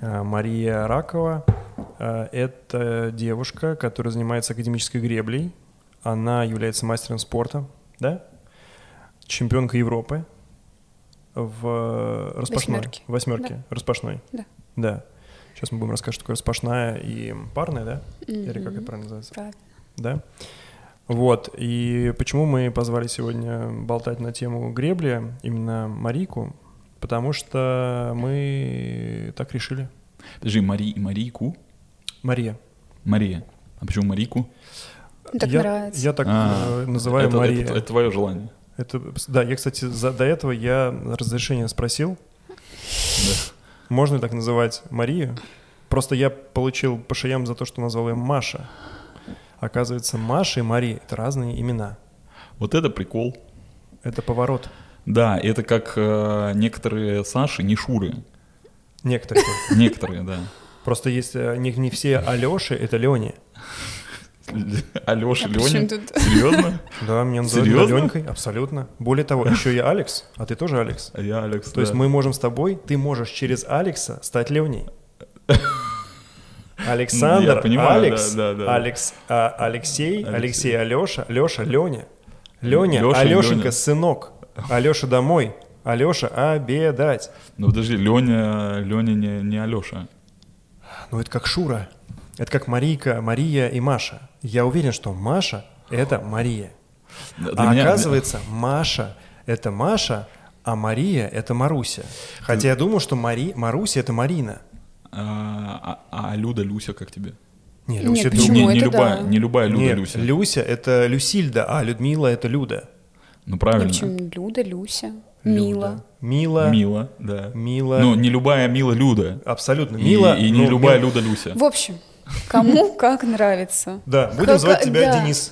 Э, Мария Ракова. Э, Это девушка, которая занимается академической греблей. Она является мастером спорта, да? Чемпионка Европы в распашной. Восьмерке. Восьмерке. Распашной. Да. Да. Сейчас мы будем рассказывать, что такое распашная и парная, да? Или как это правильно называется? правильно. да. Вот, и почему мы позвали сегодня болтать на тему гребли именно Марику? Потому что мы так решили. Подожди, Мари, Марийку? Мария. Мария. А почему Марийку? так я, нравится. Я так А, э, называю это, Мария. Это, это твое желание. Это, да, я, кстати, за, до этого я разрешение спросил, можно ли так называть Марию. Просто я получил по шеям за то, что назвал ее Маша. Оказывается, Маша и Мария — это разные имена. Вот это прикол. Это поворот. Да, это как э, некоторые Саши, не Шуры. Некоторые. Некоторые, да. Просто есть э, не, не все Алёши, это Лёни. Алёша, А причём Лёня. тут? Серьезно? Да, меня называют Серьёзно? Аленькой, абсолютно. Более того, еще и Алекс, а ты тоже Алекс. А я Алекс. То есть да. мы можем с тобой, ты можешь через Алекса стать Леоней. Ну, Александр, я понимаю, Алекс, да, да, да. Алекс, а, Алексей, Алексей. Алексей, Алёша, Лёша, Лёня, Лёня, Лёша и Алёшенька, Лёня. сынок, Алёша домой, Алёша обедать. Ну подожди, Лёня, Лёня не, не Алёша. Ну это как Шура, это как Марийка, Мария и Маша. Я уверен, что Маша — это Мария. Для А меня- оказывается, Маша — это Маша, а Мария — это Маруся. Хотя я думал, что Мари... Маруся — это Марина. А, а- а Люда, Люся, как тебе? Не, Нет, Люся это... Почему? Не, не Это любая, да. не любая Люда, Нет, Люся. Люся — это Люсильда, а Людмила — это Люда. Ну Ну, правильно. Почему? Люда, Люся, Мила. Мила. Мила, да. Мила. Ну не любая Мила Люда. Абсолютно. И- Мила. И, не ну, любая Мил- Люда Люся. В общем, кому как нравится. Да, будем Как- звать тебя да. Денис.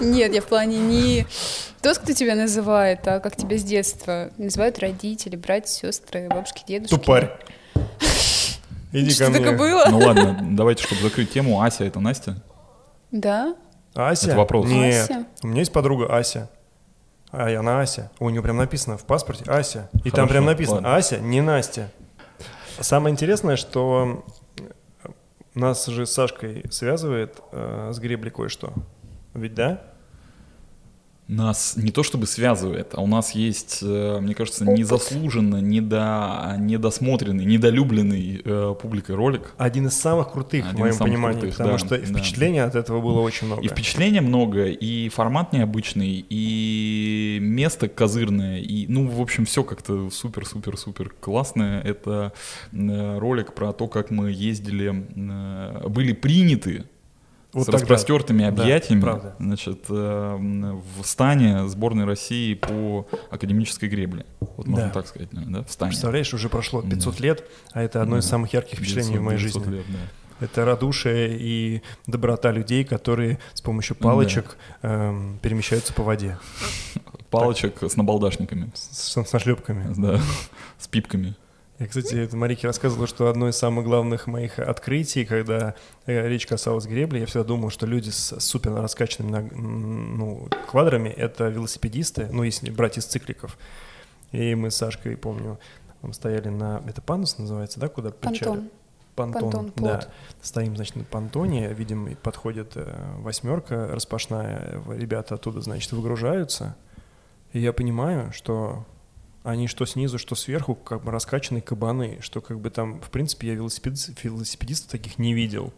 Нет, я в плане не тот, кто тебя называет, а как тебя с детства называют родители, братья, сестры, бабушки, дедушки. Тупарь. Иди ко Что мне. такое было? Ну ладно, давайте, чтобы закрыть тему, Ася это Настя. Да? Ася? Это вопрос. Нет. Ася? У меня есть подруга Ася. А и она Ася. У нее прям написано в паспорте Ася. И там Хорошо, прям написано ладно. Ася, не Настя. Самое интересное, что э, нас же с Сашкой связывает э, с гребли кое-что. Ведь да? Нас не то чтобы связывает, а у нас есть, э, мне кажется, незаслуженно, недо, недосмотренный, недолюбленный э, публикой ролик. Один из самых крутых, Один в из моем самых понимании. крутых, потому да, что да. впечатлений от этого было очень много. И впечатления много, и формат необычный, и место козырное, и, ну, в общем, все как-то супер-супер-супер классное. Это э, ролик про то, как мы ездили, э, были приняты Вот с тогда. распростертыми Да, объятиями, правда. значит, э, м, в стане сборной России по академической гребле. Вот можно Да. так сказать, наверное, да, в стане. Представляешь, уже прошло Да. 500 лет, а это одно из Да. самых ярких впечатлений в моей 900 жизни. лет, да. Это радушие и доброта людей, которые с помощью палочек эм, перемещаются по воде. Палочек с набалдашниками, С, с нашлепками. да, с пипками. Я, кстати, это Марике рассказывала, что одно из самых главных моих открытий, когда э, речь касалась гребли, я всегда думал, что люди с супер раскачанными ног- м, ну, квадрами — это велосипедисты, ну, если брать из цикликов. И мы с Сашкой, помню, там стояли на... Это пандус называется, да, куда причали? Пантон. Понтон, Понтон, да. плот. Стоим, значит, на понтоне, видим, и подходит э, восьмерка распашная, в- ребята оттуда, значит, выгружаются, и я понимаю, что они что снизу, что сверху, как бы раскачанные кабаны, что как бы там, в принципе, я велосипед- велосипедистов таких не видел.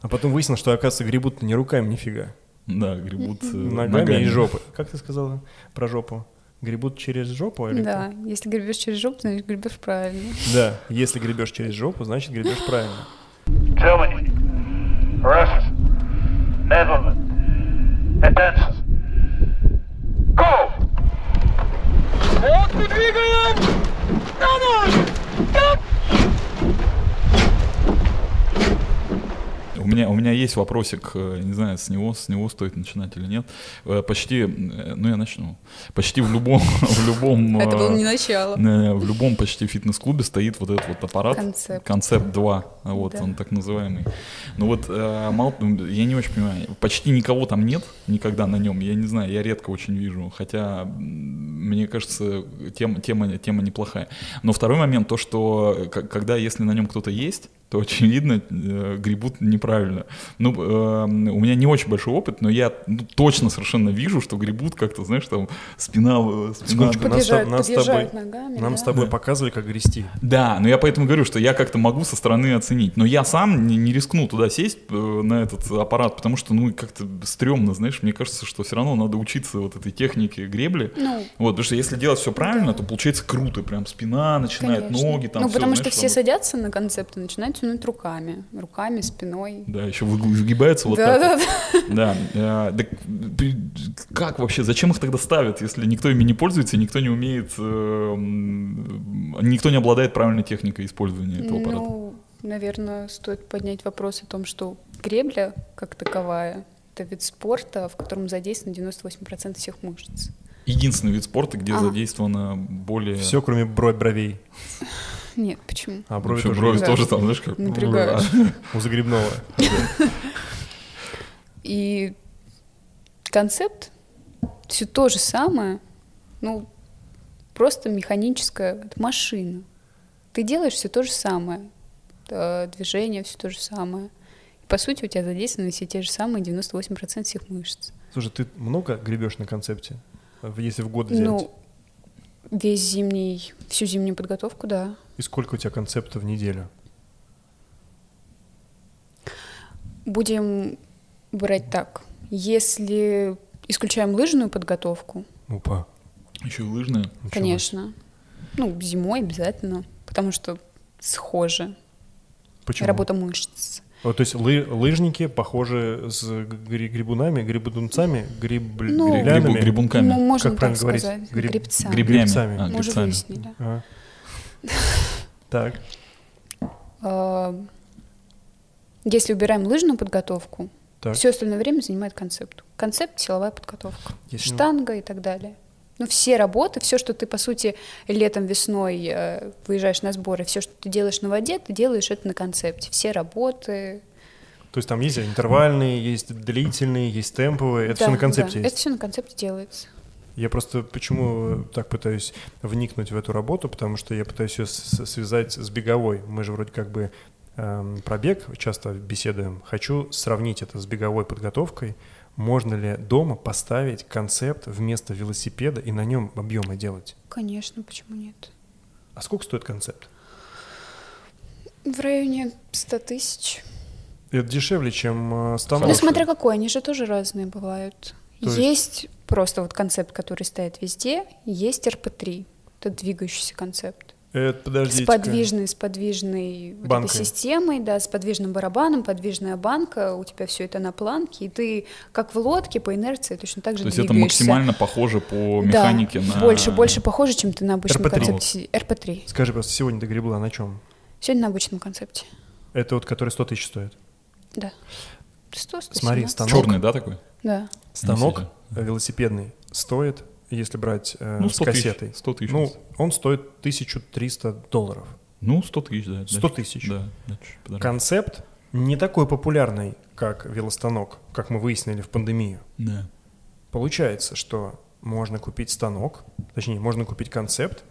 А потом выяснилось, что, оказывается, гребут не руками нифига, Да, гребут э, ногами, и жопой. Как ты сказала про жопу? Гребут через жопу? Или как? Да, если гребешь через жопу, значит гребешь правильно. Да, если гребешь через жопу, значит гребешь правильно. Germany, Russia, Netherlands, attention. Go! Вот мы двигаем! На нож! У меня, у меня есть вопросик, э, не знаю, с него, с него стоит начинать или нет. Э, Почти, э, ну я начну. Почти в любом, в любом, Это было э, не начало. э, в любом почти фитнес-клубе стоит вот этот вот аппарат. Концепт. Концепт 2, а вот Да. он так называемый. Ну вот, э, мало- я не очень понимаю, почти никого там нет никогда на нем, я не знаю, я редко очень вижу, хотя м, мне кажется, тема, тема, тема неплохая. Но второй момент, то, что э, к- когда, если на нем кто-то есть, то, очевидно, э, гребут неправильно. Ну, э, у меня не очень большой опыт, но я ну, точно совершенно вижу, что гребут как-то, знаешь, там спина... э, спина Сколько? Нас с Подъезжают, тоб- нас с подъезжают тобой- ногами. Нам да. с тобой Да. показывали, как грести. Да, но я поэтому говорю, что я как-то могу со стороны оценить. Но я сам не, не рискну туда сесть э, на этот аппарат, потому что, ну, как-то стрёмно, знаешь, мне кажется, что все равно надо учиться вот этой технике гребли. Ну, Вот, потому что если делать все правильно, то получается круто, прям спина начинает, конечно. ноги там. Ну, всё, потому знаешь, что все там- садятся на концепт и начинают тянуть руками. Руками, спиной. Да, еще выгибается вот так. вот. Да-да-да. Да. э, так, при- как вообще? Зачем их тогда ставят, если никто ими не пользуется, и никто не умеет, э, м, никто не обладает правильной техникой использования этого аппарата? Ну, наверное, стоит поднять вопрос о том, что гребля как таковая — это вид спорта, в котором задействовано 98% всех мышц. Единственный вид спорта, где А. задействовано более... Все, кроме бро- бровей. Нет, почему? А брови Вообще, тоже брови есть тоже там, знаешь, как... ну, Напрягаешь. у загребного. И концепт все то же самое, ну, просто механическая это машина. Ты делаешь все то же самое, э, движение все то же самое. И, по сути, у тебя задействованы все те же самые 98% всех мышц. Слушай, ты много гребешь на концепте? В- Если в год взять. Ну, весь зимний, всю зимнюю подготовку, да. И сколько у тебя концепта в неделю? Будем брать так. Если исключаем лыжную подготовку, Опа. Еще и лыжная. ничего. конечно, ну, зимой обязательно, потому что схоже. Почему? Работа мышц. Вот, то есть лы- лыжники похожи с гри- грибунами, грибудунцами, гриб- Ну, гриблями? Грибу- грибунками. Ну, можно Как так правильно говорить? сказать. Греб- Гребца. Гребнями. грибцами. А, Мы уже грибцами. выяснили. А. Так. А, Если убираем лыжную подготовку, Так. все остальное время занимает концепт. Концепт — силовая подготовка. Если- Штанга и так далее. Ну, все работы, все, что ты, по сути, летом, весной э, выезжаешь на сборы, все, что ты делаешь на воде, ты делаешь это на концепте. Все работы. То есть там есть интервальные, есть длительные, есть темповые. Это Да, все на концепте да, есть. Это все на концепте делается. Я просто почему так пытаюсь вникнуть в эту работу, потому что я пытаюсь ее связать с беговой. Мы же вроде как бы эм, про бег часто беседуем. Хочу сравнить это с беговой подготовкой. Можно ли дома поставить концепт вместо велосипеда и на нем объемы делать? Конечно, почему нет? А сколько стоит концепт? В районе 100 тысяч. Это дешевле, чем э, Ну, станок. Хороший. смотря какой, они же тоже разные бывают. То есть- есть... просто вот концепт, который стоит везде, есть РП-3, это двигающийся концепт. Э, подождите-ка. С подвижной, с подвижной вот этой Банкой. системой, да, с подвижным барабаном, подвижная банка, у тебя все это на планке, и ты как в лодке по инерции точно так же То есть это двигаешься. максимально похоже по Да, механике на... больше, больше похоже, чем ты на обычном RP3. концепте. си- РП-3. Скажи просто, сегодня ты гребла на чем? Сегодня на обычном концепте. Это вот, который 100 тысяч стоит. Да. 100, 117. Смотри, станок. Черный, да, такой? Да. Станок Нифига. э, велосипедный стоит, если брать э, Ну, с 100 тысяч. кассетой, 100 тысяч. ну, он стоит 1300 долларов. Ну, 100 тысяч, да. 100 дальше. тысяч. Да, да, чуть подороже. Концепт не такой популярный, как велостанок, как мы выяснили в пандемию. Да. Получается, что можно купить станок, точнее, можно купить концепт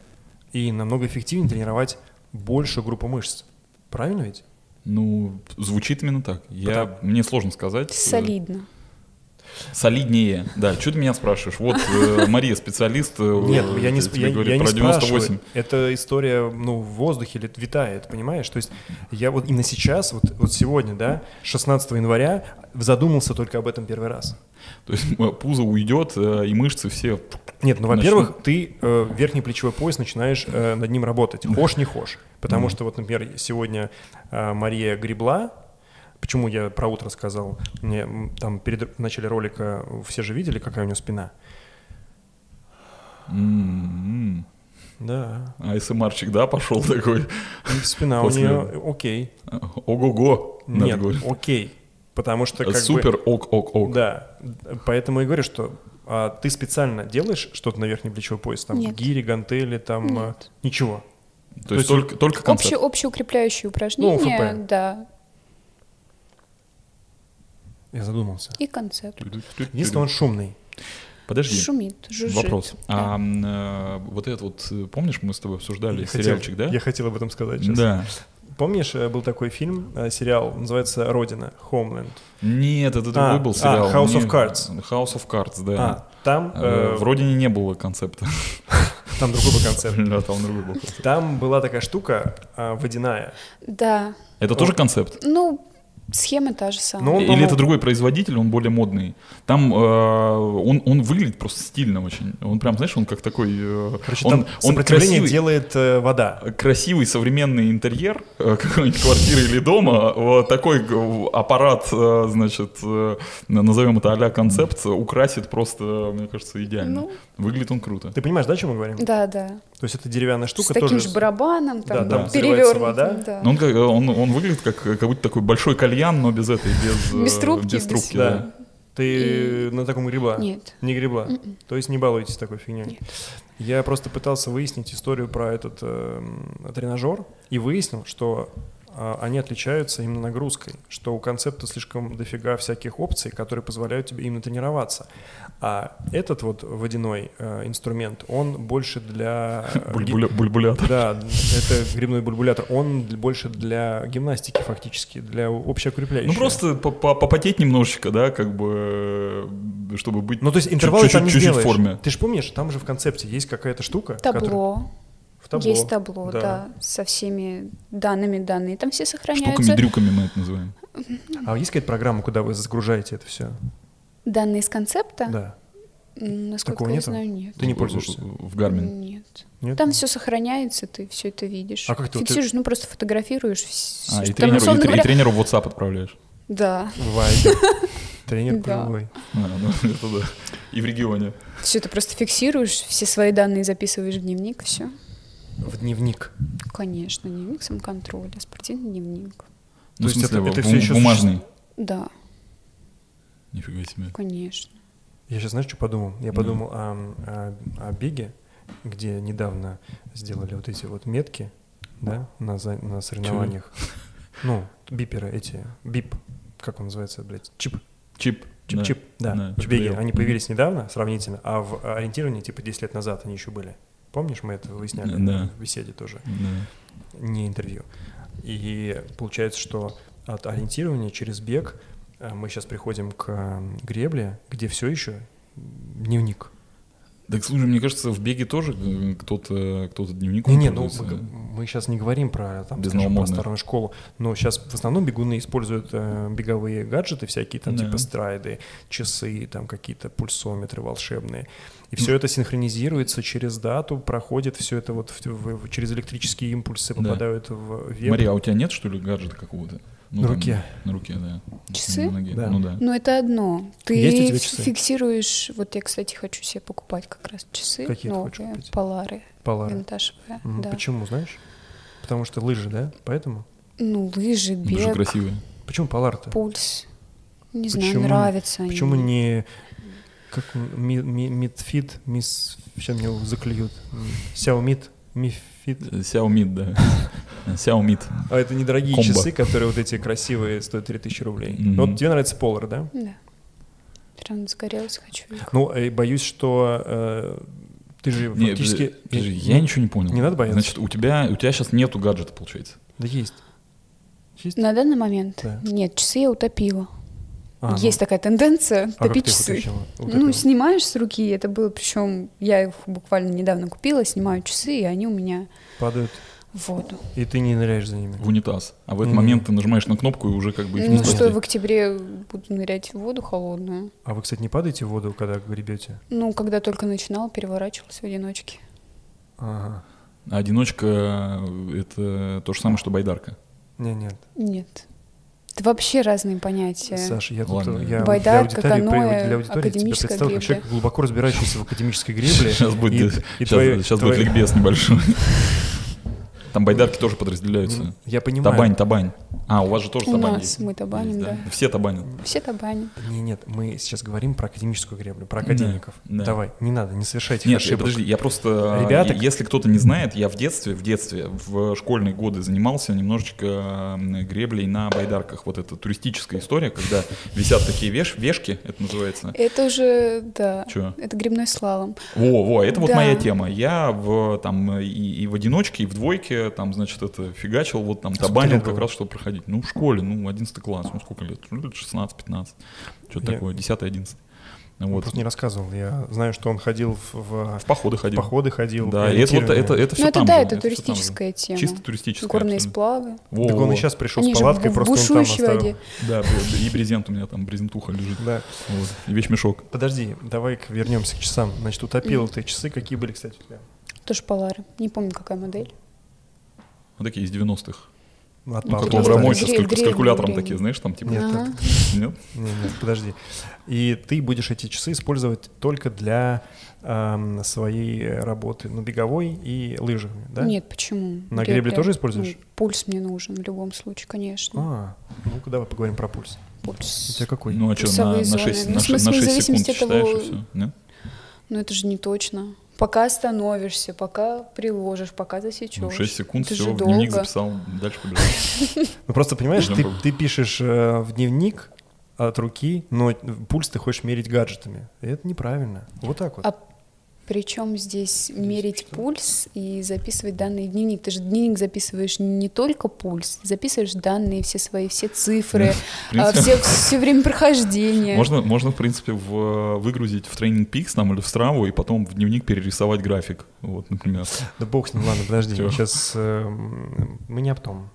и намного эффективнее тренировать большую группу мышц. Правильно ведь? Ну, звучит именно так. Я, Мне сложно сказать. Э, Солидно. Солиднее. Да, что ты меня спрашиваешь? Вот э, Мария, специалист. э, Нет, я не, сп- тебе я, говорит я не про 98. спрашиваю. Это история, ну, в воздухе лет- витает, понимаешь? То есть я вот именно сейчас, вот, вот сегодня, да, 16 января, задумался только об этом первый раз. То есть э, пузо уйдет, э, и мышцы все... Нет, ну, Начну. во-первых, ты э, верхний плечевой пояс начинаешь э, над ним работать. Хошь, не хошь. Потому что, вот, например, сегодня э, Мария гребла. Почему я про утро сказал? Мне м, там перед в начале ролика э, все же видели, какая у нее спина. М, м. Да. А АСМРчик, эм да, пошел такой? И спина у После- нее э, окей. Ого-го. надо Нет, говорить. окей. Потому что как бы- Супер, ок-ок-ок. Да, поэтому и говорю, что а, ты специально делаешь что-то на верхний плечевой пояс, там Нет. гири, гантели, там а, Нет. ничего. То есть только, только Общее, концепт. общеукрепляющие Ну, упражнения, ОФП. да, Я задумался. и концепт. Если он шумный, Подожди. Шумит, жужжит. Вопрос. Да. А, м, э, вот этот вот, э, помнишь, мы с тобой обсуждали Я хотел- сериальчик, да? Я хотел об этом сказать сейчас. Да. Помнишь, э, был такой фильм, э, сериал, называется «Родина», «Homeland». Нет, это другой А, был а, сериал. House of Не- Cards. House of Cards, да. А, там, Э, э, Вроде не было концепта. там другой был концерт. Да, там другой был концепт. Там была такая штука э, водяная. Да. Это тоже концепт? Ну, схема та же самая. Ну, он, Или по-моему- это другой производитель, он более модный. Там э, он, он выглядит просто стильно очень. Он прям, знаешь, он как такой... э, Короче, он, там сопротивление красивый. делает э, вода. красивый современный интерьер э, какой-нибудь квартиры или дома, вот такой э, аппарат, э, значит, э, назовем это а-ля концепт, украсит просто, мне кажется, идеально. Ну. Выглядит он круто. Ты понимаешь, да, о чем мы говорим? Да, да. То есть это деревянная штука С таким тоже... же барабаном, Да, там, там да, взрывается перевернутым. вода. Ну, Да. Но он, как- он, он выглядит как, э, как будто такой большой кальян, но без этой, без, э, Без трубки, без без- трубки, да. Да. Ты на таком гриба? Нет. Не гребла? То есть не балуетесь такой фигней? Я просто пытался выяснить историю про этот эм, тренажер и выяснил, что а, они отличаются именно нагрузкой, что у концепта слишком дофига всяких опций, которые позволяют тебе именно тренироваться. А этот вот водяной э, инструмент, он больше для... э, Бульбуля- бульбулятор. Да, это грибной бульбулятор. Он для- больше для гимнастики фактически, для общеукрепляющего. Ну просто по- по- попотеть немножечко, да, как бы, э, чтобы быть Ну, то есть чуть- интервалы чуть-чуть там не чуть-чуть в сделаешь. форме. Ты же помнишь, там же в концепте есть какая-то штука. которая- Табло. В табло. Есть табло, да. со всеми данными, данные там все сохраняются. Штуками-дрюками мы это называем. А есть какая-то программа, куда вы загружаете это все? Данные из концепта? Да. М, Насколько Такого я нету? знаю, нет. Ты не В- пользуешься? В Гармин. Нет. Нет? Там все сохраняется, ты все это видишь. А как ты вот- Фиксируешь, ну просто фотографируешь. всё, А, что и там, тренеру, и условно тре- и говоря- тренеру в WhatsApp отправляешь. Да, Бывает. Тренер Да. полевой. А, ну, это да. И Ну, в регионе. все ты просто фиксируешь, все свои данные записываешь в дневник, все. В дневник. Конечно, дневник самоконтроля, спортивный дневник. Ну, в есть это- смысле, это бу- всё ещё бумажный. Да, Нифига себе. конечно. Я сейчас, знаешь, что подумал? Я Ну. подумал о, о- о беге, где недавно сделали вот эти вот метки, да, на, за- на соревнованиях. Ну, биперы эти, бип, как он называется, блядь, чип, Чип. да. чип-чип, да, Да, в беге. чип-рейл. Они появились недавно, сравнительно, а в ориентировании, типа, 10 лет назад они еще были. Помнишь, мы это выясняли Да. в беседе тоже? Да. не интервью. И получается, что от ориентирования через бег э, мы сейчас приходим к э, гребле, где все еще дневник. Так слушай, мне кажется, в беге тоже э, кто-то кто-то дневник Не-не, ну пользуется. мы, мы сейчас не говорим про, там, Без скажем, про новомодных. старую школу, но сейчас в основном бегуны используют э, беговые гаджеты всякие, там Да. типа страйды, часы, там какие-то пульсометры волшебные. И Ну. все это синхронизируется через дату, проходит все это вот в- в- в- через электрические импульсы Да. попадают в веб. Мария, а у тебя нет, что ли, гаджета какого-то? Ну, На там, руке. На руке, да. Часы? На ноге. Да. Ну да. Но это одно. Ты Есть у тебя часы? фиксируешь. Вот я, кстати, хочу себе покупать как раз часы. Какие ты новые, хочешь купить? Полары, Полары. винтажные. М, да. Почему, знаешь? Потому что лыжи, да? Поэтому? Ну, лыжи, Тоже бег, красивые. Почему Полар-то? пульс. Не Почему- знаю, нравятся они. Почему не как ми- ми- Митфит, мисс, сейчас меня заклюют, М, Сяомит, Мифит. Э, Xiaomi, да. Xiaomi. А это недорогие Комбо. часы, которые вот эти красивые стоят 3000 рублей. Мгм. Ну, Вот тебе нравится Polar, да? Да. Прям загорелась, хочу. их. Ну, э, боюсь, что э, ты же Не, фактически... подожди, подожди, я ничего не понял. Не надо бояться. Значит, у тебя, у тебя сейчас нету гаджета, получается. Да есть. Есть? На данный момент Да. нет, часы я утопила. А, ну. Есть такая тенденция А как топить ты их часы. утащила? Вот ну, это вот. снимаешь с руки, это было, причем я их буквально недавно купила, снимаю часы, и они у меня Падают, в воду. и ты не ныряешь за ними. В унитаз. А в этот Мгм. момент ты нажимаешь на кнопку и уже как бы их не Ну что, спасти. я в октябре буду нырять в воду холодную. А вы, кстати, не падаете в воду, когда гребете? Ну, когда только начинала, переворачивалась в одиночке. Ага. А Одиночка — это то же самое, что байдарка. Не, нет. Нет. Это вообще разные понятия. Саша, я тут Ладно. я Байдарка, для аудитории, при- каноэ, для аудитории тебя академическая представил как гребля. человек, глубоко разбирающийся в академической гребле. Сейчас будет, И- сейчас, и твои- сейчас твои- будет ликбез небольшой. Там байдарки тоже подразделяются. Я понимаю. Табань, табань. А, у вас же тоже У табань нас есть. мы табаним, Есть, да. Все табанят. Все табанят. Не, нет, мы сейчас говорим про академическую греблю, про академиков. да. Давай, не надо, не совершайте Нет, ошибок. подожди, я просто, Ребята- Ребята... если кто-то не знает, я в детстве, в детстве, в школьные годы занимался немножечко м, греблей на байдарках. Вот это туристическая история, когда висят такие веш- вешки, это называется. Это уже, да. Чё? Это грибной слалом. Во, во, это вот Да. моя тема. Я в там и, и в одиночке, и в двойке, там, значит, это фигачил, вот там Сколько табанил лет как было? раз, чтобы проходить. Ну, в школе, ну, 11 класс, ну, сколько лет? Ну, лет 16-15, что-то Я- такое, 10-11. Он Вот. просто не рассказывал. Я знаю, что он ходил в, в- В походы в ходил. походы ходил. Да, и это вот это, это все Ну, это там да, же, это всё там же. туристическая тема. Чисто туристическая. Горные абсолютно. сплавы. Во, Так он во. и сейчас пришел Они с же палаткой, в просто он там бушующей оставил. воде. Да, бля, и брезент у меня там, брезентуха лежит. Да. Вот, и вещмешок. Подожди, давай вернемся к часам. Значит, утопил ты часы, какие были, кстати, у тебя? Тоже Полары. Не помню, какая модель. Вот такие из 90-х. Ну, От Ну, папы которые просто достались. домой сейчас гре- только с древние калькулятором времена. такие, знаешь, там типа... Нет, Ага. это- Нет? Не, нет, подожди. И ты будешь эти часы использовать только для эм, своей работы, ну, беговой и лыжами, да? Нет, почему? На Гребля. гребле тоже используешь? Ну, пульс мне нужен в любом случае, конечно. А, ну-ка давай поговорим про пульс. У Пульс. тебя какой? Ну а что, Плюсовые на, на зоны. 6, Ну, на в ше- смысле, в на шесть секунд зависимости от считаешь того- и все? Нет? Ну это же не точно. Пока остановишься, пока приложишь, пока засечешь. Ну, 6 секунд, Это все, же в дневник долго. записал, дальше побежал. Ну просто понимаешь, ты, Пойдём. ты пишешь э, в дневник от руки, но пульс ты хочешь мерить гаджетами. И это неправильно. Вот так вот. А Причем здесь мерить пульс и записывать данные в дневник. Ты же в дневник записываешь не только пульс, ты записываешь данные, все свои, все цифры, В принципе, А все, все время прохождения. Можно, можно, в принципе, в, э, выгрузить в Training Peaks там, или в Страву, и потом в дневник перерисовать график. Вот, например. Да бог с ним, ладно, подожди. Всё. Сейчас эм, мы не об том.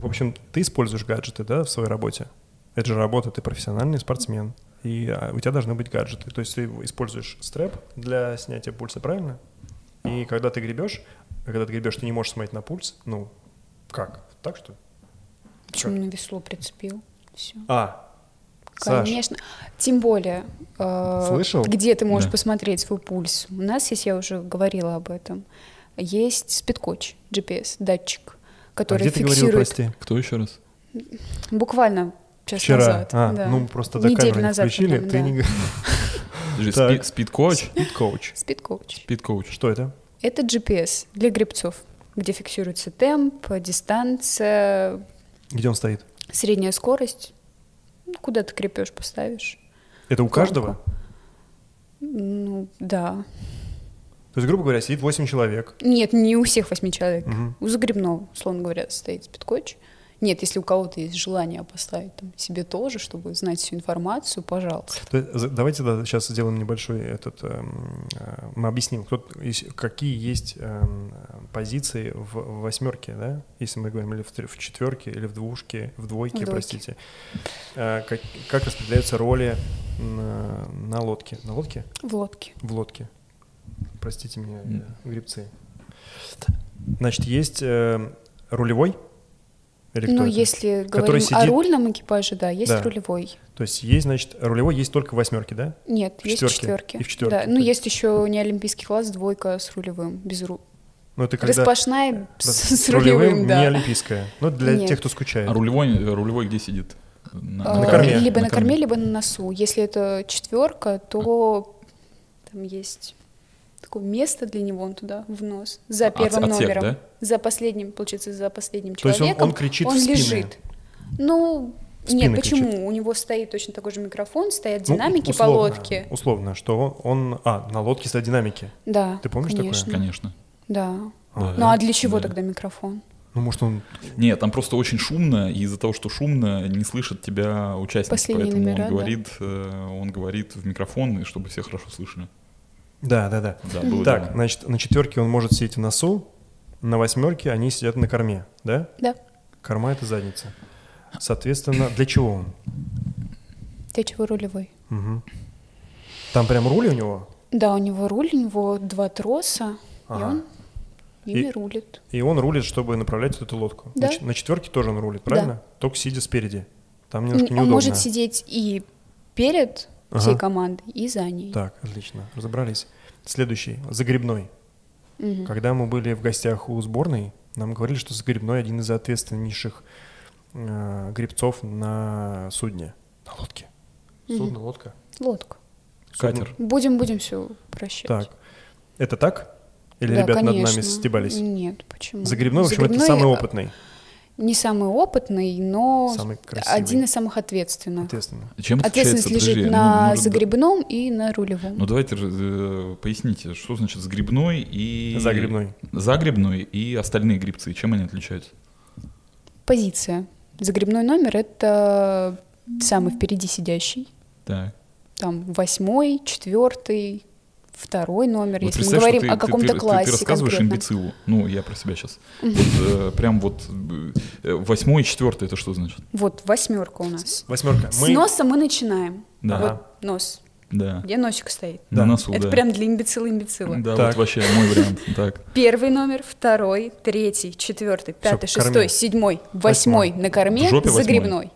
В общем, ты используешь гаджеты, да, в своей работе? Это же работа, ты профессиональный спортсмен. И а, у тебя должны быть гаджеты. То есть ты используешь стрэп для снятия пульса, правильно? И когда ты гребешь, когда ты гребешь, ты не можешь смотреть на пульс. Ну, как? Так что? ли? Почему на весло прицепил? Все. А, Саш. Конечно. Тем более, э, Слышал? где ты можешь Да. посмотреть свой пульс? У нас есть, я уже говорила об этом, есть спидкоч, GPS, датчик, а который где ты говорил, фиксирует прости? Кто еще раз? буквально час Вчера. назад. а, да. ну просто до Неделю камеры не назад включили. потом, ты да. не Подожди, Так. спи- Спид-коуч? коуч. Спидкоуч. Спид-коуч. Что это? Это GPS для гребцов, где фиксируется темп, дистанция, Где он стоит? средняя скорость. Ну, Куда ты крепеж поставишь? Это у Кнопку. каждого? Ну, да. То есть, грубо говоря, сидит 8 человек. Нет, не у всех восьми человек. Мгм. У загребного, условно говоря, стоит спидкоч. Нет, если у кого-то есть желание поставить там себе тоже, чтобы знать всю информацию, пожалуйста. То есть, за- Давайте сейчас сделаем небольшой этот... эм, э, Мы объясним, кто, из- какие есть эм, э, позиции в в восьмерке, да? Если мы говорим или в, тре- в четверке, или в двушке, в двойке, В двойке. простите. Э, Как, как распределяются роли на, на лодке? На лодке? В лодке. В лодке. Простите меня, М. э, гребцы. Значит, есть э, рулевой? Или кто ну, это? если Который говорим о сидит- рульном экипаже, да, есть Да. рулевой. То есть есть, значит, рулевой есть только в восьмерке, да? Нет, В есть четвёрке. четверки. И в четвёрке, Да. Ну, то есть- есть еще не олимпийский класс, двойка с рулевым, без ру... Ну, это когда... Распашная Да, с, с рулевым, не да. олимпийская. Ну, для Нет. тех, кто скучает. А рулевой, рулевой где сидит? Э, на корме. Либо на корме, либо на носу. Если это четверка, то там есть такое место для него, он туда в нос. А, За От- первым отсек, номером. да? За последним, получается, за последним То есть он- человеком. он кричит Он в спины. лежит. Ну, В спины нет, почему? кричит. У него стоит точно такой же микрофон, стоят Ну, динамики по условно, лодке. Условно, что он, он- А, на лодке стоят динамики. Да. Ты помнишь такое? конечно. Конечно. Да. А, Да. Ну а для чего Да. тогда микрофон? Ну, может, он... Не, там просто очень шумно, и из-за того, что шумно, не слышит тебя участник, Последние поэтому номера, да. он говорит, э, он говорит в микрофон, и чтобы все хорошо слышали. Да, да, да. Да, было Так, дело. значит, на четверке он может сидеть в носу, на восьмерке они сидят на корме, да? Да. Корма — это задница. Соответственно, для чего он? Для чего рулевой? Мгм. Там прям руль у него, Да, у него руль, у него два троса, Ага. и он ими И- рулит. и он рулит, чтобы направлять вот эту лодку. Да. На, ч- на четверке тоже он рулит, правильно? Только сидя спереди. Там немножко он неудобно. может сидеть и перед Ага. всей командой, и за ней. Так, отлично, разобрались. Следующий, загребной. Мгм. Когда мы были в гостях у сборной, нам говорили, что с грибной один из ответственнейших э, грибцов на судне, на лодке. Мгм. Судно, лодка. Лодку. Судно. Катер. Будем, будем все прощать. Так. Это так? Или Да, ребята над нами конечно. стебались? Нет, почему? Загребной, в общем, это Загребной, самый а, опытный, Не самый опытный, но самый красивый. один из самых ответственных. Ответственно. Чем Ответственность отличается, лежит подожди, ну, на может, да. загребном и на рулевом. Ну давайте же, э, поясните, что значит сгребной и... Загребной. Загребной и остальные грибцы, чем они отличаются? Позиция. Загребной номер — это самый впереди сидящий. Так. Там восьмой, четвертый, второй номер, если Вот мы представь, что говорим ты- о ты- каком-то ты- ты- классе Ты рассказываешь конкретно. имбецилу. Ну, я про себя сейчас. Вот, э, прям вот э, восьмой и четвертый, это что значит? Вот, восьмерка у нас. Восьмерка. С Мы... носа мы начинаем. Да. Вот нос, Да. где носик стоит. Да. На носу, Это да. прям для имбецила-имбецила. Да, Так. вот вообще мой вариант. Так. Первый номер, второй, третий, четвертый, пятый, корми. шестой, седьмой, восьмой, на корме, В жопе восьмой. загребной.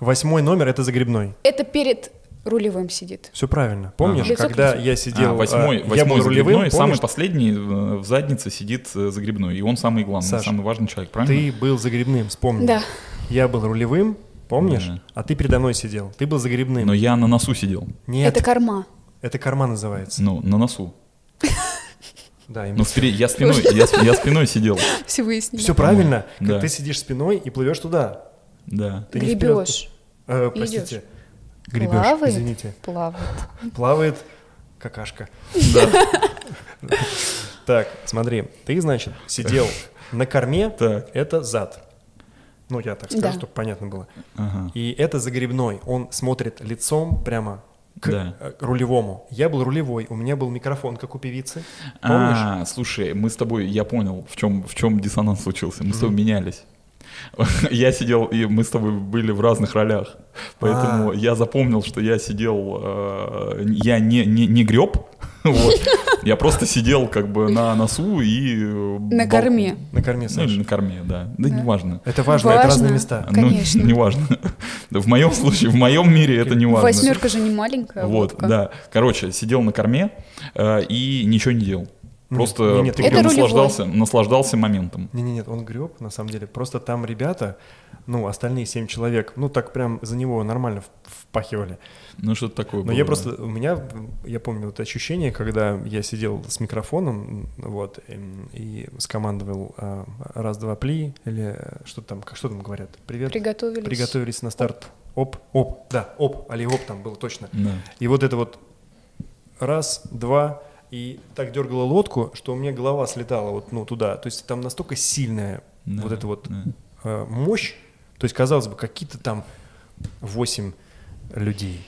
Восьмой номер это загребной. Это перед рулевым сидит. Все правильно. Помнишь, Лицо когда крутит. я сидел, А, восьмой, э, я восьмой был загребной, рулевым, помнишь, самый последний э, в заднице сидит э, загребной. И он самый главный, Саш, самый важный человек, правильно? ты был загребным, вспомни. Да. Я был рулевым, помнишь? Да. А ты передо мной сидел. Ты был загребным. Но я на носу сидел. Нет, Это это... корма. корма называется. Ну, на носу. Да, Ну, впере- я спиной, я, сп- я спиной сидел. Все выяснили. Все правильно. Как Да. Ты сидишь спиной и плывешь туда. Да. Ты не вперед. Гребешь. Э, Идёшь. простите. Гребешь, Плавает. извините. Плавает. Плавает какашка. Так, смотри, ты, значит, сидел на корме, Так. это зад. Ну, я так Да. скажу, чтобы понятно было. Ага. И это загребной, он смотрит лицом прямо к Да. э, к рулевому. Я был рулевой, у меня был микрофон, как у певицы. Помнишь? А, слушай, мы с тобой, я понял, в чем в чем диссонанс случился. Мы с тобой менялись. Я сидел, и мы с тобой были в разных ролях. Поэтому А. я запомнил, что я сидел, э, я не, не, не греб, вот. я просто сидел как бы на носу и... э, На бал- корме. На корме, Ну, или Саш. на корме, да. Да, Да. неважно. Это важно, это разные Важно. места. Ну, Конечно. Ну, неважно. Да, В моем случае, в моем мире это не важно. Восьмерка же не маленькая. Вот, лодка. да. Короче, сидел на корме э, и ничего не делал. Просто не, не, ты прям Это рулевой. наслаждался, наслаждался моментом. Не-не-нет, он греб, на самом деле. Просто там ребята, ну, остальные семь человек, ну, так прям за него нормально в- впахивали. Ну, что-то такое Но было, я да. просто, у меня, м, я помню вот ощущение, когда я сидел с микрофоном, м, вот, эм, и скомандовал а, раз-два пли, или э, что там, как- что там говорят? Привет, Приготовились. приготовились на старт. Оп, оп, да, оп, али оп там было точно. Да. И вот это вот раз, два, и так дергала лодку, что у меня голова слетала вот ну, туда. То есть там настолько сильная да, вот эта вот да. э, мощь. То есть, казалось бы, какие-то там восемь людей.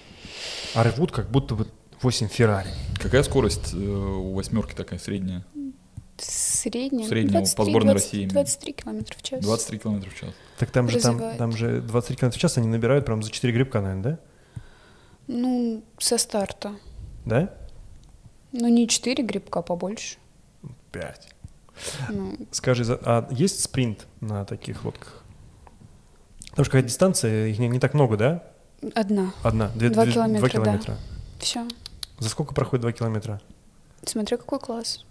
А рвут как будто бы 8 Феррари. Какая скорость э, у восьмерки такая средняя? Средняя. Средняя, по 23, сборной 20, России именно. 23 километра в час. 23 километра в час. Так там же, там, Развивает. там же 23 км в час они набирают прям за 4 грибка, наверное, Ну, со старта. да? Да? Ну, не 4 грибка, побольше. 5. Ну, Скажи, за- а есть спринт на таких лодках? Потому что какая дистанция, их не, не так много, да? одна. Одна, две, Два две- километра, да. километра. Все. За сколько проходит 2 километра? Смотря какой класс.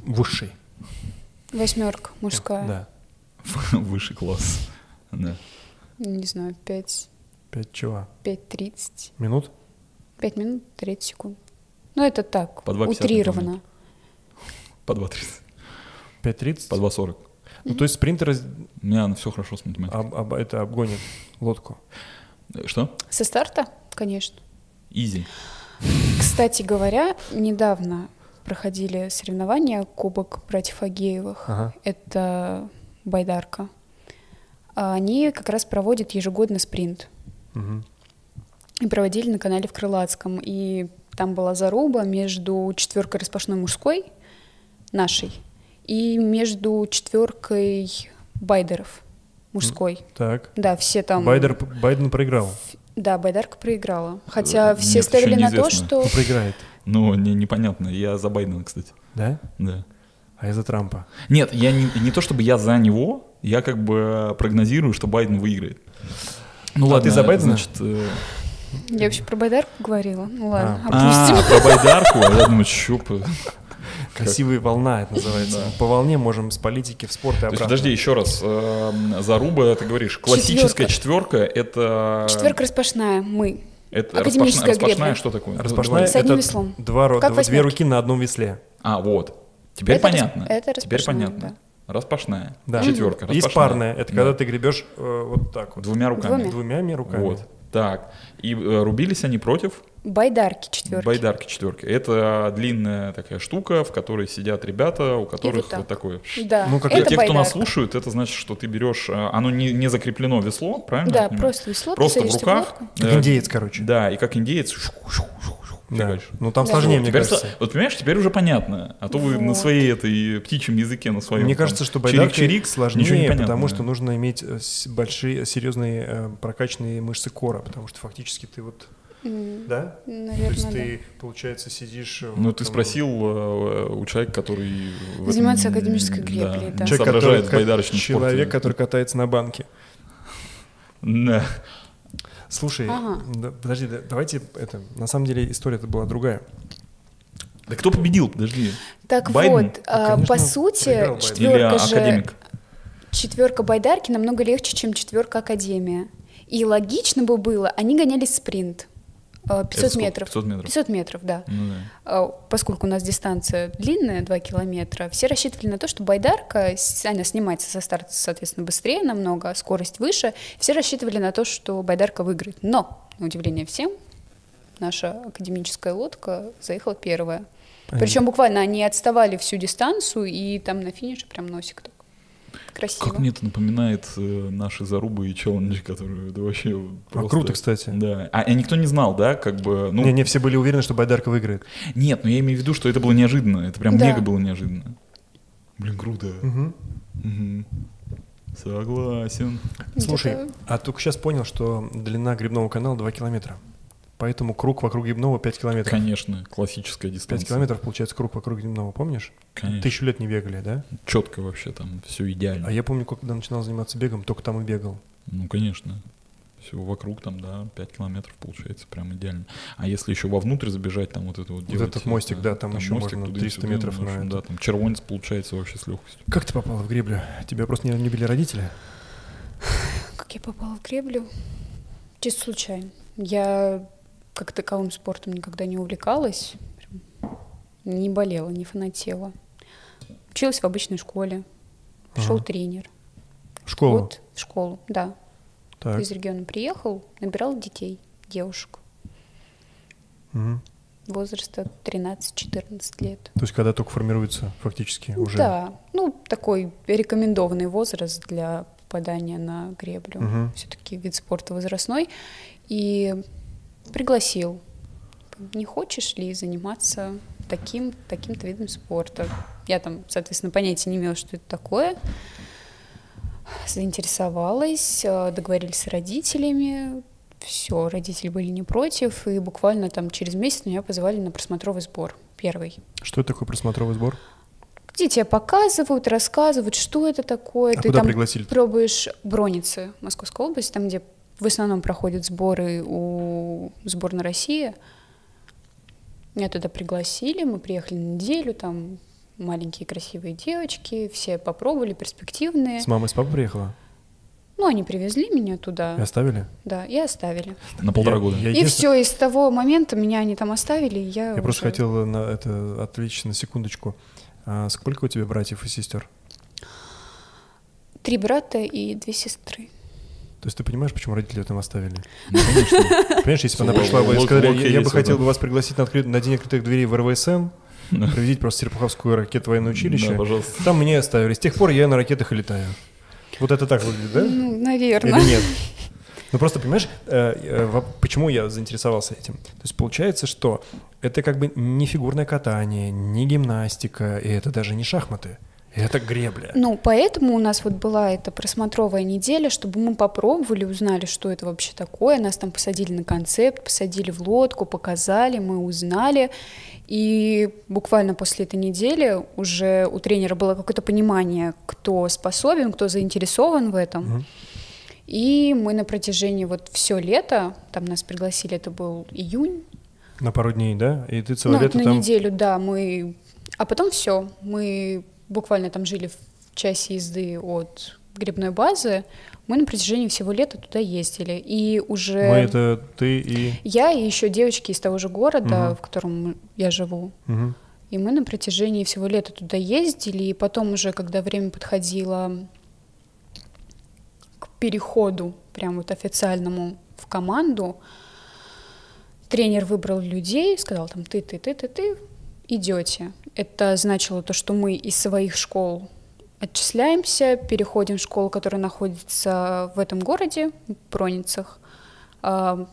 Высший. Восьмерка мужская. Да. Высший класс. Да. Не знаю, 5, 5 чего? 5.30. Минут? 5 минут 30 секунд. Ну, это так, По 2,50 утрировано. По 2.30, 5.30? по 2.40. Ну, то есть спринтеры с- У меня все хорошо с математикой. об- об- это обгонят лодку. Э, Что? Со старта, конечно. Изи. Кстати говоря, недавно проходили соревнования Кубок братьев Агеевых. Ага. Это байдарка. А Они как раз проводят ежегодно спринт. Мгм. И проводили на канале в Крылатском. И там была заруба между четверкой распашной мужской, нашей, и между четверкой байдеров мужской. Так. Да, все там... Байдер, Байден проиграл. Да, байдарка проиграла. Хотя Э, все нет, ставили ещё на то, неизвестно. что... Ну, проиграет. Ну, не, непонятно. Я за Байдена, кстати. Да? Да. А я за Трампа. Нет, я не, не то чтобы я за него, я как бы прогнозирую, что Байден выиграет. Ну А ты за Байдена? Значит, э, Я вообще про байдарку говорила. Ну ладно, а, опустим. про Байдарку, а я думаю, чё, по- Красивая волна, это называется. По волне можем с политики в спорт и То есть, обратно. подожди, еще раз, эм, заруба, ты говоришь, классическая четверка, это... Четверка распашная, мы. Это академическая распашная, гребля. распашная что такое? Ну, Распашная С одним это веслом. Два рода, Как две восьмерки. руки на одном весле. А, вот. Теперь Это рас- понятно. это Теперь распашная, понятно. Распашная. Да. Четверка. Есть распашная. парная, это Да. когда ты гребешь э, вот так вот. Двумя руками. Двумя. Двумя ми- руками. Вот. Так. И э, рубились они против Байдарки четверки. байдарки четверки. Это длинная такая штука, в которой сидят ребята, у которых вот так. вот такое. Да, Ну, как Для это тех, кто нас байдарка. слушают, это значит, что ты берешь, э, оно не, не закреплено весло, правильно? я Да, понимаю? просто весло, Просто ты в садишься руках. лодку. Как э, индеец, короче. Да, и как индеец. шу- шу- шу- шу, Да. фигачишь. Ну там Да. сложнее, Вот, мне Теперь кажется. со- вот понимаешь, теперь уже понятно. А то вы на Вот. своей этой птичьем языке, на своем. Мне там, кажется, что байдарка чирик-чирик, ничего не сложнее, понятно, потому да. что нужно иметь э, с- большие, серьезные э, прокачанные мышцы кора, потому что фактически ты вот, а М, да? То есть Наверное, ты, получается, сидишь... э, Ну, вот ты там, спросил э, у человека, который... в этом, Занимается академической м, греблей, да. не Человек, соображает который- в байдарочном спорте. Человек, который катается на банке. Да. Слушай, Ага. да, подожди, да, давайте это. На самом деле история-то была другая. Да кто победил, подожди. да. Так Байден? ну, вот, а, конечно, по сути, проиграл Байден. Или четверка же академик? четверка байдарки намного легче, чем четверка академия. И логично бы было, они гонялись спринт. э, 500 сколько? метров. 500 метров. 500 метров, да. Ну да. Э, Поскольку у нас дистанция длинная, 2 километра, все рассчитывали на то, что байдарка, с- она снимается со старта, соответственно, быстрее намного, скорость выше. Все рассчитывали на то, что байдарка выиграет. Но, на удивление всем, наша академическая лодка заехала первая. Понятно. Причем буквально они отставали всю дистанцию, и там на финише прям носик так. Красиво. Как мне это напоминает э, наши зарубы и челленджи, которые это вообще просто... А круто, кстати. Да. А, и никто не знал, да, как бы... Ну, Не, не все были уверены, что Байдарка выиграет. Нет, но я имею в виду, что это было неожиданно. Это прям Да. мега было неожиданно. Блин, круто. Мгм. Мгм. Согласен. Где-то Слушай, а только сейчас понял, что длина грибного канала 2 километра. Поэтому круг вокруг грибного 5 километров. Конечно, классическая 5 дистанция. километров, получается, круг вокруг грибного, помнишь? Конечно. Тысячу лет не бегали, да? Четко вообще там, все идеально. А я помню, когда начинал заниматься бегом, только там и бегал. Ну, конечно. Всего вокруг там, да, 5 километров получается прям идеально. А если еще вовнутрь забежать, там вот это вот Вот делается, этот мостик, да, там еще можно туда и 300 сюда, метров в общем, на Да, там червонец получается вообще с легкостью. Как ты попала в греблю? Тебя просто не любили родители? Как я попала в греблю? Чисто случайно. Я как таковым спортом никогда не увлекалась, прям не болела, не фанатела. Училась в обычной школе. Пришел Ага. тренер. В школу? Вот в школу, да. Так. Из региона приехал, набирал детей, девушек Мгм. возраста 13-14 лет. То есть когда только формируется фактически уже? Да, ну такой рекомендованный возраст для попадания на греблю. Мгм. Все-таки вид спорта возрастной. И пригласил. Не хочешь ли заниматься таким, таким-то видом спорта? Я там, соответственно, понятия не имела, что это такое. Заинтересовалась, э, договорились с родителями, все, родители были не против, и буквально там через месяц меня позвали на просмотровый сбор, первый. Что это такое просмотровый сбор? Где тебе показывают, рассказывают, что это такое. А ты куда там пригласили? пробуешь Броницы, Московская область, там, где в основном проходят сборы у сборной России. Меня туда пригласили, мы приехали на неделю, там маленькие красивые девочки, все попробовали, перспективные. С мамой, с папой приехала? Ну, они привезли меня туда, И оставили? да, и оставили. На полтора Я- года. я И единствен- все, и с того момента меня они там оставили, и я Я просто Э, уже- хотел на это отвлечь на секундочку. А сколько у тебя братьев и сестер? Три брата и две сестры. То есть ты понимаешь, почему родители там оставили? Ну, конечно. Понимаешь, если бы она Лог- пришла бы и лог- сказала, лог я, я бы есть, хотел да. бы вас пригласить на, открыт- на день открытых дверей в РВСН, проведите просто Серпуховскую ракету военное Да, училище. пожалуйста. Там меня и оставили. С тех пор я на ракетах и летаю. Вот это так выглядит, да? Ну, наверное. Или нет? Ну просто понимаешь, э, э, во- почему я заинтересовался этим? То есть получается, что это как бы не фигурное катание, не гимнастика, и это даже не шахматы. Это гребля. Ну, поэтому у нас вот была эта просмотровая неделя, чтобы мы попробовали, узнали, что это вообще такое. Нас там посадили на концепт, посадили в лодку, показали, мы узнали. И буквально после этой недели уже у тренера было какое-то понимание, кто способен, кто заинтересован в этом. Мгм. И мы на протяжении вот все лето, там нас пригласили, это был июнь, На пару дней, да? И ты целое ну, лето на там... неделю, да, мы А потом все. Мы буквально там жили в часе езды от грибной базы. Мы на протяжении всего лета туда ездили. И уже... Мы это ты и... Я и еще девочки из того же города, Мгм. в котором я живу. Мгм. И мы на протяжении всего лета туда ездили, и потом уже, когда время подходило к переходу, прям вот официальному в команду, тренер выбрал людей, сказал там ты, ты, ты, ты, ты, идете. Это значило то, что мы из своих школ отчисляемся, переходим в школу, которая находится в этом городе, в Проницах. а,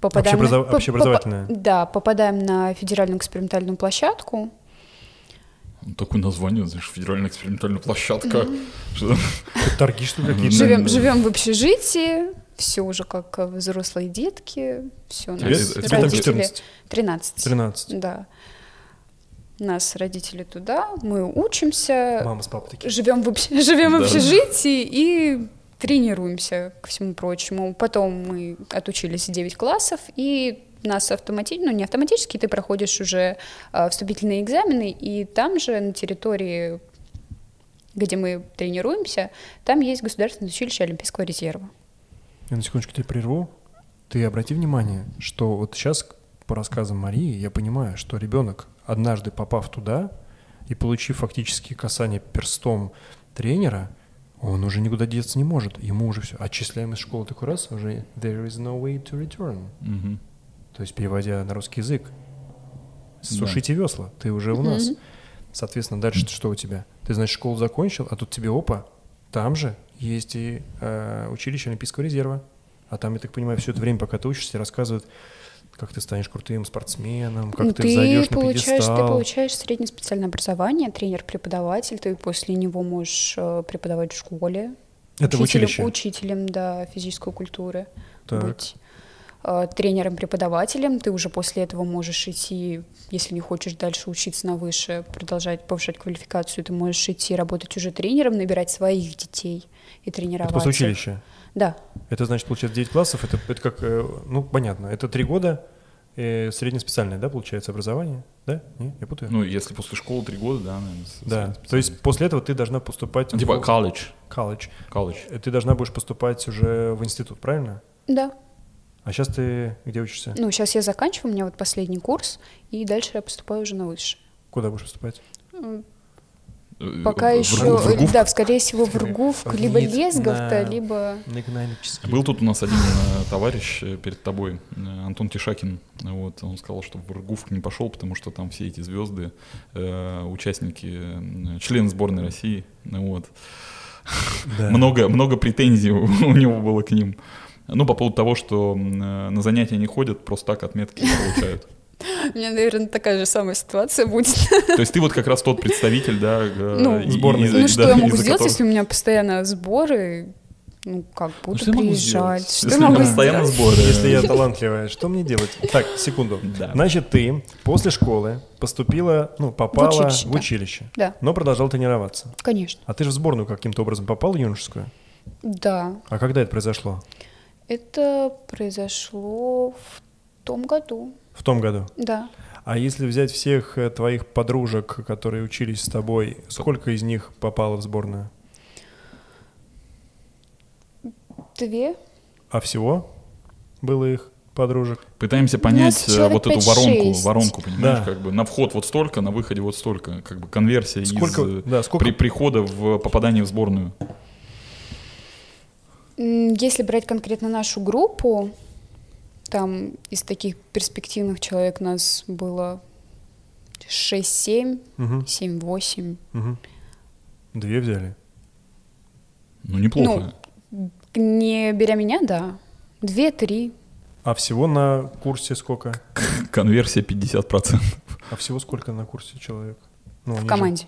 Попадаем Общеобразов- поп- попа- общеобразовательная. да, попадаем на федеральную экспериментальную площадку. Ну, Такое название, знаешь, федеральная экспериментальная площадка. Что- Тут Торги, что ли, какие-то? Жи- Живем, да. живем в общежитии, все уже как э, взрослые детки, все нас Тебе- тебе там родители. 14? 13. 13. Да. Нас родители туда, мы учимся, Мама с папой такие. живем в, общ- живем в Да. общежитии и тренируемся ко всему прочему. Потом мы отучились 9 классов, и нас автоматически, ну не автоматически, ты проходишь уже э, вступительные экзамены, и там же на территории, где мы тренируемся, там есть государственное училище Олимпийского резерва. Я на секундочку тебя прерву. Ты обрати внимание, что вот сейчас по рассказам Марии я понимаю, что ребенок, однажды попав туда и получив фактически касание перстом тренера, он уже никуда деться не может. Ему уже все. Отчисляем из школы такой раз, уже there is no way to return. Мгм. То есть, переводя на русский язык, Да. сушите весла, ты уже у нас. Мгм. Соответственно, дальше что у тебя? Ты, значит, школу закончил, а тут тебе опа, там же есть и э, училище Олимпийского резерва. А там, я так понимаю, все это время, пока ты учишься, рассказывают, как ты станешь крутым спортсменом, как Ну, ты, взойдешь на получаешь, ты пьедестал. получаешь среднее специальное образование, тренер-преподаватель, ты после него можешь э, преподавать в школе, Это в учителем- училище. Учителем, да, физической культуры. Так. Быть э, тренером-преподавателем. Ты уже после этого можешь идти, если не хочешь дальше учиться на выше, продолжать повышать квалификацию, ты можешь идти работать уже тренером, набирать своих детей и Это тренировать. после их. училища. Да. Это значит, получается, 9 классов, это, это как, э, ну, понятно, это 3 года, э, среднеспециальное, да, получается, образование, да? Не, я путаю? Ну, если после школы три года, да, наверное. с- да, с- то есть после этого ты должна поступать Типа в college. колледж. College. Ты должна будешь поступать уже в институт, правильно? Да. А сейчас ты где учишься? Ну, сейчас я заканчиваю, у меня вот последний курс, и дальше я поступаю уже на выше. Куда будешь поступать? Э, Пока в- в еще, Ргу- в Ргу- да, скорее всего, в Ргувку, либо Нет, на- Лезгов-то, либо... На экономический. Был тут у нас один э, товарищ э, перед тобой, э, Антон Тишакин. Вот, он сказал, что в Ргуфк не пошел, потому что там все эти звезды, э, участники, э, члены сборной России. Ну Вот. Много, много претензий у, у него было к ним. Ну, по поводу того, что м, э, на занятия не ходят, просто так отметки не получают. У меня, наверное, такая же самая ситуация будет. То есть ты вот как раз тот представитель, да, э, Ну, и- сборной. и- Да, Ну да, что я могу из-за сделать, которых- если у меня постоянно сборы? Ну как, Ну, буду что я могу сделать? приезжать. Что Если я у меня могу постоянно э, сделать? сборы. Если я талантливая, что мне делать? Так, секунду. Да. Значит, ты после школы поступила, ну, попала в училище, училище, да. Да, но продолжал тренироваться. конечно. А ты же в сборную каким-то образом попал юношескую? Да, А когда это произошло? это произошло в том году, В том году. да. А если взять всех э, твоих подружек, которые учились с тобой, сколько из них попало в сборную? Две? А всего было их подружек? Пытаемся понять нас э, Ну, человек вот эту 5-6. воронку, воронку, понимаешь, Да. как бы на вход вот столько, на выходе вот столько, как бы конверсия Сколько, из э, да, сколько- при прихода в попадание в сборную. М, Если брать конкретно нашу группу, там из таких перспективных человек нас было 6-7, Мгм. 7-8. Мгм. Две взяли. Ну неплохо. Не беря меня, да, 2-3. А всего на курсе сколько? Ну. Конверсия 50%. А всего сколько на курсе человек? Ну, они В же- команде.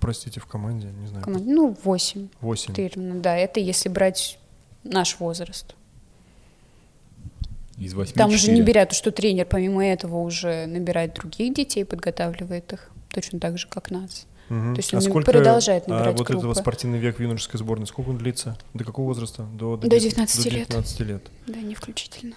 простите, в команде, не знаю. команде. Ну, 8 Восемь. примерно, да. Это если брать наш возраст. Из 8 Там уже не берят, что тренер помимо этого уже набирает других детей, подготавливает их точно так же, как нас. Мгм. То есть он продолжает набирать а вот группы. этого спортивный век в юношеской сборной, сколько он длится? До какого возраста? До, До дев- 19 лет. до 19 лет. Да, не включительно.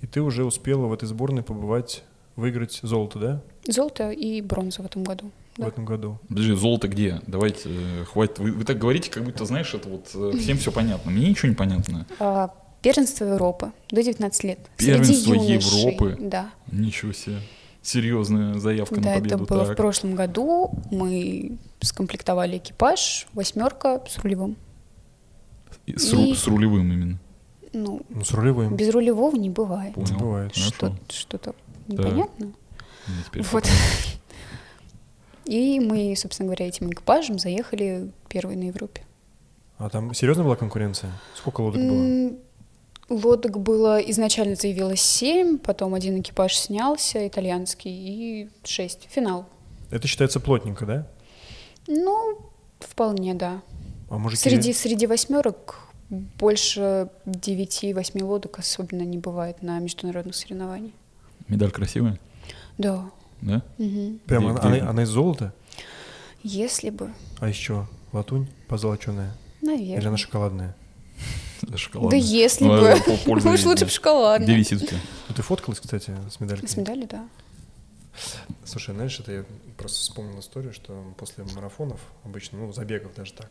И ты уже успела в этой сборной побывать выиграть золото, да? Золото и бронза в этом году. В Да. этом году. Подожди, золото где? Давайте, э, хватит. Вы, вы так говорите, как будто, знаешь, это вот э, всем все понятно. Мне ничего не понятно. А, Первенство Европы до 19 лет. Первенство Среди юношей. Европы? А Да. Ничего себе. Серьезная заявка да, на победу. это было так. в прошлом году. Мы скомплектовали экипаж, восьмерка с рулевым. И С, ру- и- с рулевым именно. Ну, Ну, с рулевым. без рулевого не бывает. Понял. Ну бывает. Хорошо. Что- Что-то непонятно. Мне Ну, теперь Вот. И мы, собственно говоря, этим экипажем заехали первые на Европе. А там серьезно была конкуренция? Сколько лодок было? М, Лодок было изначально заявилось семь, потом один экипаж снялся, итальянский, и шесть. Финал. Это считается плотненько, да? Ну, вполне, да. А мужики... Среди, среди восьмерок больше девяти-восьми лодок особенно не бывает на международных соревнованиях. Медаль красивая, Да. да? Мгм. Прямо Где- она, где? она из золота? Если бы, А еще латунь позолоченная? Или наверное. она шоколадная? Это шоколад. Да если бы. Ну, Уж лучше бы шоколадный. Где висит у тебя? Ну, ты фоткалась, кстати, с медалькой? С медалью, да. Слушай, знаешь, это я просто вспомнил историю, что после марафонов, обычно, ну, забегов даже так,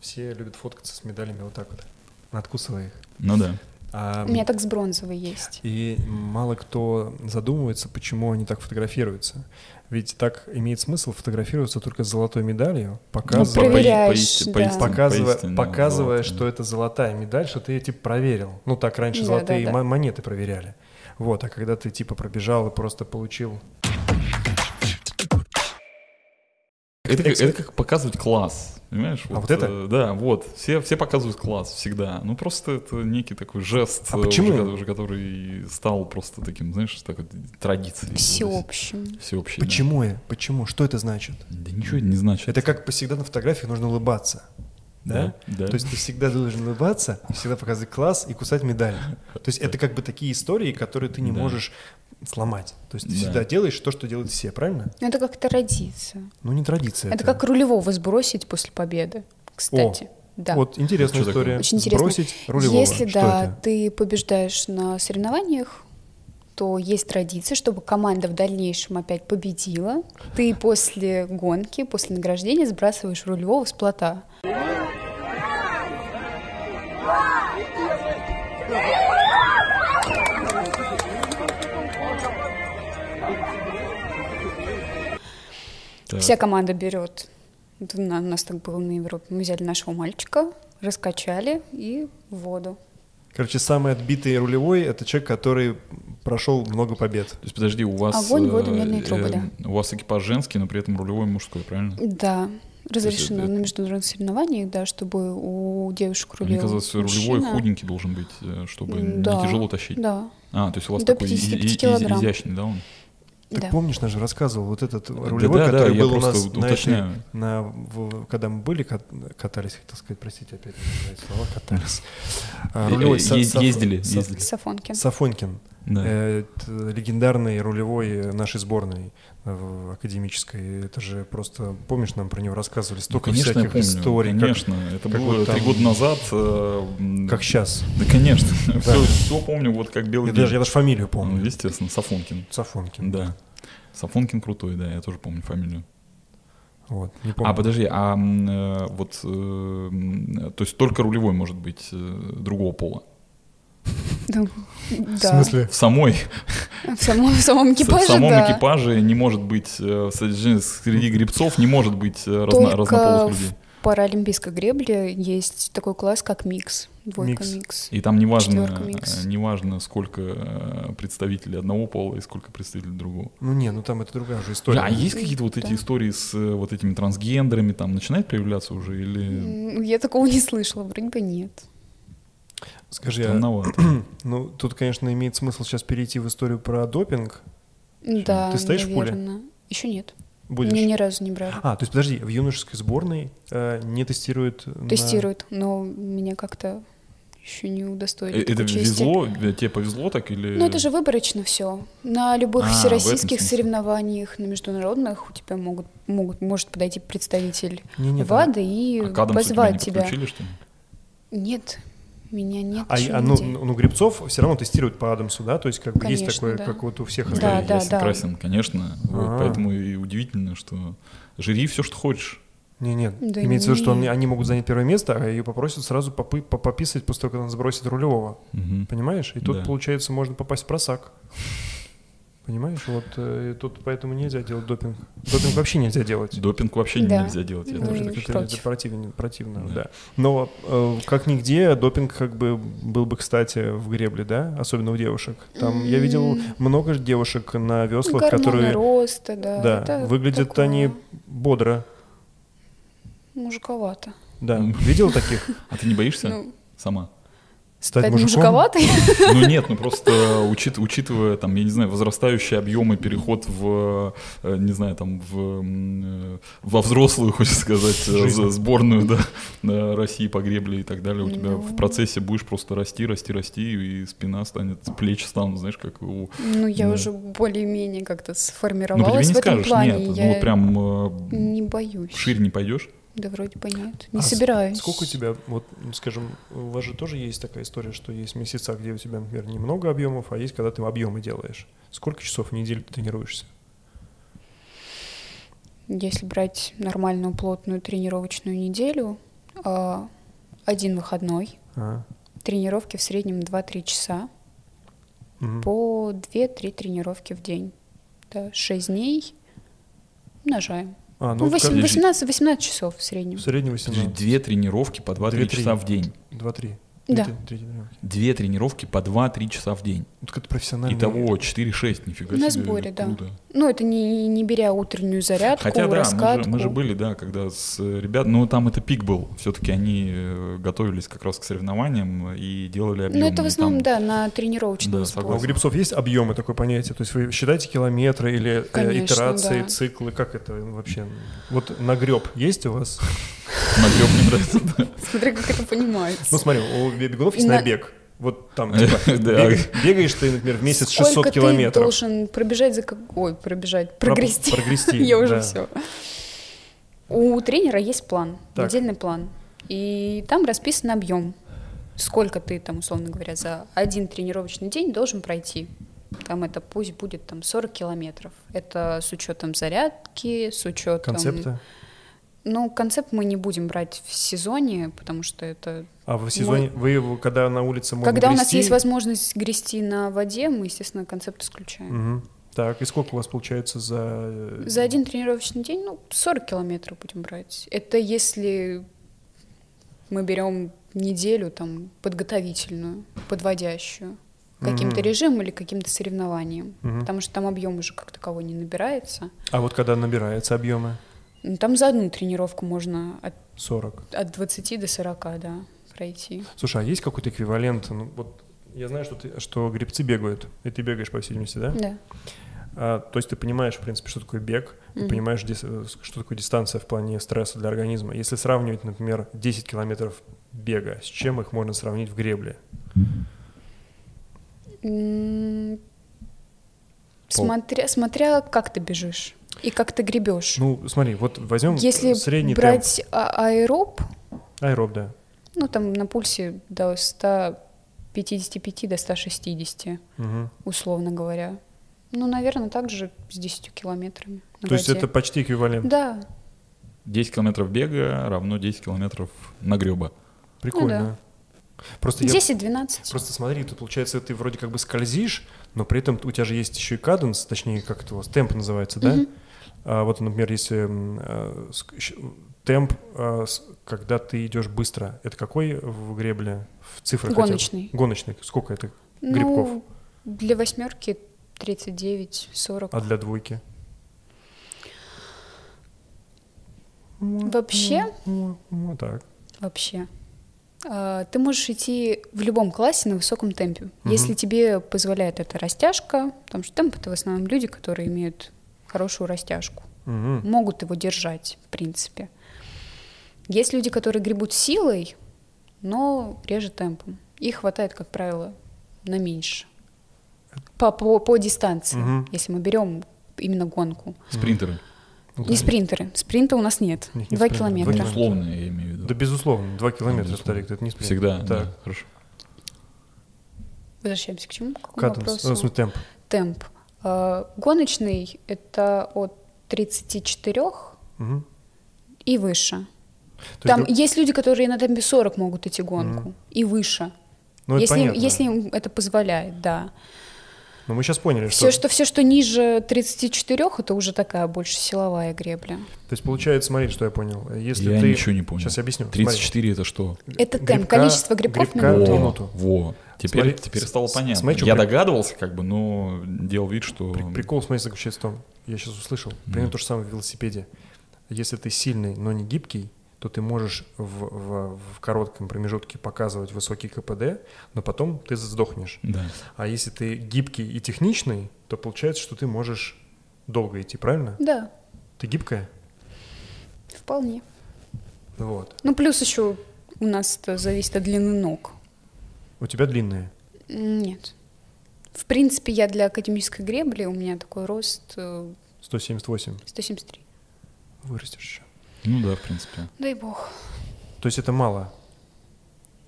все любят фоткаться с медалями вот так вот, откусывая их. Ну да. А, У меня так с бронзовой есть. И мало кто задумывается, почему они так фотографируются. Ведь так имеет смысл фотографироваться только с золотой Ну, медалью, показывая, проверяя, проверяешь, поисти- да. поистине- показывая, поистине показывая золотая. что это золотая медаль, что ты ее типа проверил. Ну так раньше Да, золотые да, да. мо- монеты проверяли. Вот, а когда ты типа пробежал и просто получил Это, как- это как показывать класс, понимаешь? А вот это? э, Да, вот. Все, все показывают класс всегда. Ну просто это некий такой жест, А э, почему? Уже, уже который стал просто таким, знаешь, такой традицией. Всеобщим. Всеобщий. да. Почему я? Почему? Что это значит? Да. ничего это не значит. Это как всегда на фотографиях нужно улыбаться. Да? Да. То есть ты всегда должен улыбаться, всегда показывать класс и кусать медаль. То есть это как бы такие истории, которые ты не Да. можешь сломать. То есть ты Да. всегда делаешь то, что делают все, правильно? Ну, это как традиция. Ну не традиция. Это как рулевого сбросить после победы, кстати. да. Вот интересная Что такое? история. Очень интересно. Бросить рулевого. Если Что да, это? ты побеждаешь на соревнованиях, то есть традиция, чтобы команда в дальнейшем опять победила. Ты после гонки, после награждения сбрасываешь рулевого с плота. Так. Вся команда берет. Это на- у нас так было на Европе. Мы взяли нашего мальчика, раскачали и в воду. Короче, самый отбитый рулевой это человек, который прошел много побед. То есть, подожди, у вас... Огонь, воду, э, медные трубы, э, да. У вас экипаж женский, но при этом рулевой мужской, правильно? Да, разрешено это- на международных соревнованиях, да, чтобы у девушек рулевого Мне казалось, что рулевой мужчина- худенький должен быть, э, чтобы М, не да, тяжело тащить. Да, А, то есть у вас До такой и- и- 55 и- килограмм. изящный, да, он? Ты да. помнишь, даже рассказывал вот этот рулевой, Да-да-да, который я был у просто нас вот на этой, уточняю. на, в- когда мы были, кат- катались, хотел сказать, простите, опять не знаю слова, катались. А, Э, рулевой э, Са- ез- Саф- ездили, Саф- ездили. Сафонкин. Сафонькин, Да. э, т- легендарный рулевой нашей сборной э, в академической. Это же просто, помнишь, нам про него рассказывали Ну, столько конечно, я всяких помню. историй, как- Конечно, это как было вот три там- года назад. э, м, как сейчас. Да, конечно. Все, помню, вот как белый Я день. даже, я даже фамилию Ну, помню. естественно, Сафонкин. Сафонкин. Да. Сафонкин крутой, да, я тоже помню фамилию. Вот, не помню. А подожди, а м, э, вот, э, м, э, то есть только рулевой может быть э, другого пола? Да. В смысле? В самой, В самом, в самом в экипаже, самом да. экипаже не может быть э, среди среди гребцов не может быть э, Только разно- разнополых в- людей. паралимпийской гребле есть такой класс, как микс. Двойка Микс. микс. И там не важно, Четверка микс. э, не важно, сколько э, представителей одного пола и сколько представителей другого. Ну не, ну там это другая уже история. Да, а есть какие-то вот эти Да. истории с э, вот этими трансгендерами, там начинает появляться уже или М, Я такого не слышала, вроде бы нет. Скажи, а, странновато? ну тут, конечно, имеет смысл сейчас перейти в историю про допинг. Да, Ты стоишь в пуле? наверное. Еще нет. Будешь? Меня ни разу не брали. А, то есть подожди, в юношеской сборной э, не тестируют? на- Тестируют, но меня как-то еще не Э, удостоили. Это такой чести. везло, Э, тебе повезло так или? Ну, это же выборочно все. На любых А, в этом всероссийских смысле. соревнованиях, на международных у тебя могут, могут, может подойти представитель Не, не, там- ВАДА и А к Адамсу тебя не позвать тебя. подключили, что ли? Нет, Меня нет А, еще а, ну, нигде. ну, грибцов все равно тестируют по Адамсу, да? То есть как бы есть Конечно, такое, да. как вот у всех Да, остальных. я да, да. согласен, конечно. Вот, А. поэтому и удивительно, что жри все, что хочешь. Не, нет. Да Имеется в виду, что он- не. они могут занять первое место, а ее попросят сразу попы- по- пописать после того, как она сбросит рулевого. Мгм. Понимаешь? И тут, Да. получается, можно попасть в просак. Понимаешь? Вот э, и тут поэтому нельзя делать допинг. Допинг вообще нельзя делать. Допинг вообще Да. нельзя делать. я Ну Потому что тоже и так это- это, против. противен- противно, да. Да. Но э, как нигде допинг как бы был бы, кстати, в гребле, да, особенно у девушек. Там я видел М. много ж девушек на Ну, веслах, гормоны которые роста, да. да, это выглядят такое они бодро. Мужиковато. Да, М. видел таких? А ты не боишься Ну, сама? Стать стать мужиком? мужиковатой? Ну нет, ну просто учит, учитывая там, я не знаю, возрастающие объемы, переход в, э, не знаю, там в, м, э, во взрослую, хочется сказать, э, Жизнь. за сборную да, э, России по гребле и так далее, у тебя в Ну. процессе будешь просто расти, расти, расти, и спина станет, плечи станут, знаешь, как у... Ну, я Да. уже более-менее как-то Ну, тебе сформировалась не в этом скажешь, плане. нет, я ну прям э, не боюсь. шире не пойдешь. Да вроде бы нет. Не А с- собираюсь. Сколько у тебя, вот, ну, скажем, у вас же тоже есть такая история, что есть месяца, где у тебя, например, немного объемов, а есть, когда ты объемы делаешь. Сколько часов в неделю ты тренируешься? Если брать нормальную плотную тренировочную неделю, а, один выходной, А, тренировки в среднем 2-3 часа, мгм. по 2-3 тренировки в день. Да, 6 дней умножаем. А, Ну, в восем- каждый- подожди. 18, 18 часов в среднем. в среднем Подожди, 18. Две тренировки по 2-3 Две-три. часа в день. Два-три. Да. Три- три тренировки. Две тренировки по 2-3 часа в день. Ну, так это профессионально. Итого 4-6, нифига На себе, сборе, да. круто. Ну, это не, не беря утреннюю зарядку, Хотя да, мы же, раскатку. мы же были, да, когда с э, ребят, но там это пик был, все-таки они э, готовились как раз к соревнованиям и делали объемы. Ну, это в и основном, там- да, на тренировочном Да, А у согласен. спорте. грибцов есть объемы такое понятие? То есть вы считаете километры или э, Конечно, итерации, да. циклы? Как это вообще? Вот нагреб есть у вас? Нагрёб мне нравится, да. Смотри, как это понимается. Ну, смотри, у бе- бегунов есть На- набег. Вот там, типа, Да. бег- бегаешь ты, например, в месяц Сколько 600 ты километров. должен пробежать за... как- Ой, пробежать, Про- прогрести. Прогрести, Я уже да. все. У тренера есть план, Так. недельный план. И там расписан объем. Сколько ты там, условно говоря, за один тренировочный день должен пройти. Там это пусть будет там 40 километров. Это с учетом зарядки, с учетом... Концепты. Ну, концепт мы не будем брать в сезоне, потому что это... А в сезоне, вы его, когда на улице можно Когда у нас грести- есть возможность грести на воде, мы, естественно, концепт исключаем. Мгм. Так, и сколько у вас получается за... э, За один тренировочный день, ну, 40 километров будем брать. Это если мы берем неделю там подготовительную, подводящую, к каким-то Мгм. режимом или каким-то соревнованиям. Мгм. Потому что там объем уже как таковой не набирается. А вот когда набирается объемы? Ну, там за одну тренировку можно от, 40. от 20 до 40, да, пройти. Слушай, а есть какой-то эквивалент? Ну, вот я знаю, что, ты, что грибцы бегают, и ты бегаешь, по всей видимости, да? Да. А, то есть ты понимаешь, в принципе, что такое бег, ты Мгм. понимаешь, дис- э, что такое дистанция в плане стресса для организма. Если сравнивать, например, 10 километров бега, с чем их можно сравнить в гребле? М, Смотря, смотря, как ты бежишь и как ты гребешь. Ну, смотри, вот возьмем Если средний брать а- аэроб, темп. Аэроб, да. Ну, там на пульсе до 155 до 160, Мгм. условно говоря. Ну, наверное, также с 10 километрами. на То есть воде. это почти эквивалент. Да, 10 километров бега равно 10 километров нагреба. ну Прикольно. Просто я 10-12. Просто смотри, тут получается, ты вроде как бы скользишь, но при этом у тебя же есть еще и каденс, точнее, как это у вас, темп называется, да? Мгм. А вот, например, если м, э, ск- щ- темп, а, с- когда ты идешь быстро, это какой в гребле? В цифрах хотя бы? Гоночный. Гоночный. Сколько это? Ну, Грибков. для восьмерки 39-40. А для двойки? Вообще, Ну, так. вообще, а, ты можешь идти в любом классе на высоком темпе, Мгм. если тебе позволяет эта растяжка, потому что темп это в основном люди, которые имеют хорошую растяжку. Мгм. могут его держать, в принципе. Есть люди, которые гребут силой, но реже темпом. Их хватает, как правило, на меньше. По, по, по дистанции, Мгм. если мы берем именно гонку. Спринтеры. Ну, Не спринтеры. Спринта у нас нет. У них нет Два спринтеров. километра. Два Ну, Условно, я имею в виду. Да, безусловно, два километра, Безусловно. старик, это не спринт. Всегда, да, Так. хорошо. Возвращаемся к чему? К какому Каденс, ну, в вопросу? смысле, темп. Темп. А, Гоночный — это от 34 Мгм. и выше. То Там есть, ну, есть люди, которые на темпе 40 могут идти гонку и выше. ну, это если, им, понятно. если им это позволяет, да. Но мы сейчас поняли, Все, что, все, что ниже 34, это уже такая больше силовая гребля. То есть, получается, смотри, что я понял. Если Я ты... ничего не понял. Сейчас я объясню. Смотри. 34 это что? Это темп, Грибка- количество грибков грибка на в минуту. минуту. Во. Теперь, Смотри, теперь с- стало с- понятно. смотри, что я при- догадывался, как бы, но делал вид, что. При- Прикол, смотри, заключается в том, я сейчас услышал, примерно то же самое в велосипеде. Если ты сильный, но не гибкий, то ты можешь в, в- в коротком промежутке показывать высокий КПД, но потом ты сдохнешь. Да. А если ты гибкий и техничный, то получается, что ты можешь долго идти, правильно? Да, Ты гибкая? вполне. Вот. Ну, плюс еще у нас это зависит от длины ног. У тебя длинная. М, Нет. В принципе, я для академической гребли, у меня такой рост э, 178. 173. Вырастешь еще. Ну да, в принципе. Дай бог. То есть это мало.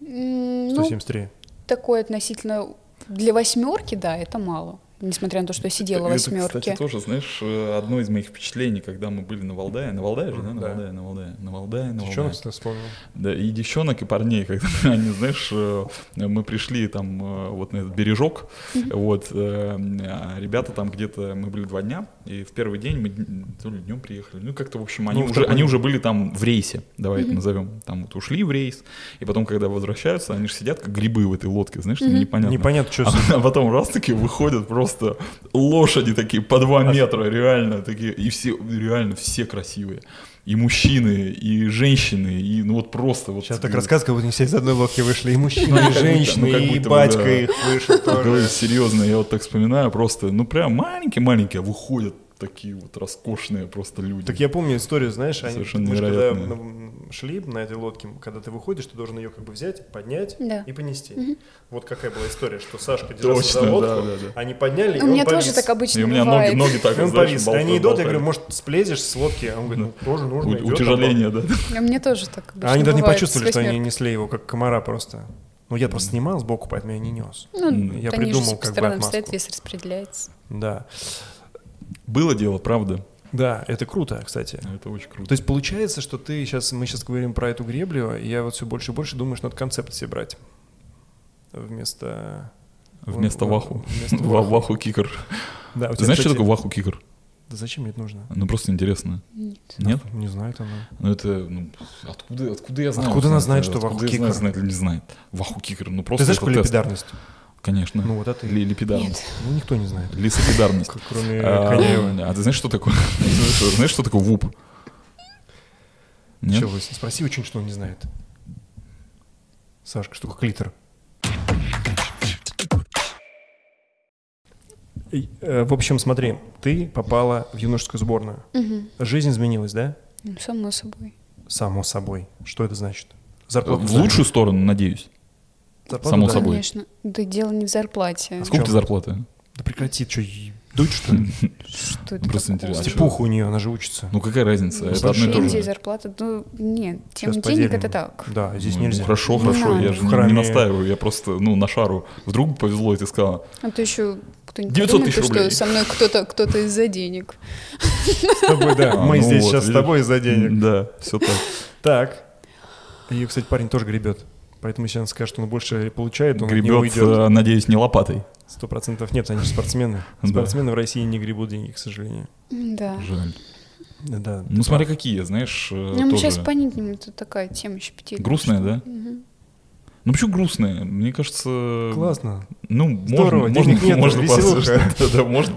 М, Ну, 173. такое относительно... Для восьмерки, да, это мало. Несмотря на то, что я сидела в Это, кстати, восьмерке. тоже, знаешь, э, одно из моих впечатлений, когда мы были на Валдае. На Валдае же, да? На Да. Валдае, на Валдае, на Валдае, на Ты Валдае. чё нас вспомнил? Да, и девчонок, и парней, когда они, знаешь, э, мы пришли там э, вот на этот бережок, вот, э, а ребята там где-то, мы были два дня, и в первый день мы дн- то ли днем приехали, ну как-то, в общем, они, Ну, в уже, такой- они уже были там в рейсе, давай это назовем, там вот ушли в рейс, и потом, когда возвращаются, они же сидят как грибы в этой лодке, знаешь, там непонятно. Непонятно, что... А потом раз таки выходят просто лошади такие по два А метра, реально такие, и все, реально все красивые. И мужчины, и женщины, и ну вот просто вот. Сейчас так рассказывай, как будто не все из одной лодки вышли. И мужчины, и женщины, ну, как и будто бы, батька да. их вышел Говорю, тоже. серьезно, я вот так вспоминаю, просто, ну прям маленькие-маленькие, а выходят такие вот роскошные просто люди. Так я помню историю, знаешь, они, Совершенно мы же когда невероятно. м, шли на этой лодке, когда ты выходишь, ты должен ее как бы взять, поднять Да. и понести. Вот какая была история, что Сашка держался Точно, за лодку, да, да, да. они подняли, и У он меня Ну, тоже повис. так обычно И у меня бывает. ноги, ноги так И он вот, знаешь, повис. И болтают, они идут, я говорю, болтают. может, слезешь с лодки? А он говорит, ну, тоже нужно. идет, У- утяжеление, да. У меня тоже так обычно А они даже не бывает с почувствовали, что они восьмеркой. несли его как комара просто. Ну, я просто снимал сбоку, поэтому я не нес. Ну, Я они придумал же как по бы сторонам отмазку. стоят, вес распределяется. Да. Было дело, правда. Да, это круто, кстати. Это очень круто. То есть получается, что ты сейчас, мы сейчас говорим про эту греблю, и я вот все больше и больше думаю, что надо концепт себе брать. Вместо... Вместо он- ваху. вместо Ва- ваху. Ваху кикер. Да, у Ты тебя, знаешь, что кстати- такое ваху кикер? Да зачем мне это нужно? Ну просто интересно. Нет. Нет? Не знаю, это оно. Ну это, ну, откуда, откуда я знаю? Откуда она знает, что Откуда Ваху я Кикер? знаю, знает или не знает? Ваху Кикер, ну просто Ты знаешь, это что такое тест. лепидарность? Конечно. Ну, вот это и- Ли- Липидарность. Ну, никто не знает. Лисопидарность. К- Кроме А, Коняева. а ты знаешь, что такое? Знаешь, что такое ВУП? Нет? Чё вы, спроси очень, что он не знает. Сашка, штука клитор. И, э, В общем, смотри, ты попала в юношескую сборную. Мгм. Жизнь изменилась, да? Ну, само собой. Само собой. Что это значит? Э, Зарплату В дали? лучшую сторону, надеюсь. Зарплату само дали? собой. А Конечно. Да дело не в зарплате. Сколько чё? ты зарплаты? Да прекрати, что, дуть что ли? Что это Просто такое? интересно. чё? Степуха у нее, она же учится. Ну какая разница? Это одно и то Стипендии, же. зарплата, ну нет, тем Сейчас денег поделим. это так. Да, здесь Ну, нельзя. Хорошо, Не хорошо, я надо. же В не- храме- не настаиваю, я просто, ну, на шару. Вдруг повезло, и ты сказала, А то еще кто-нибудь 900 подумает, тысяч что рублей. со мной кто-то кто из-за денег. С тобой, да. А, Мы ну здесь вот, сейчас с видишь. тобой из-за денег. да, все так. Так. И, кстати, парень тоже гребет. Поэтому если он скажет, что он больше получает, он от него Гребет, уйдет. э, надеюсь, не лопатой. Сто процентов нет, они же спортсмены. Да. Спортсмены в России не гребут деньги, к сожалению. М, Да. Жаль. Да. Ну, смотри, какие, знаешь, э, Типа. Ну, мы тоже. сейчас поникнем, это такая тема еще пяти. Грустная, да? Ну, почему грустная? Мне кажется... Классно. Ну, Здорово, можно, денег можно, нет, можно веселуха. пообсуждать. Да, да, можно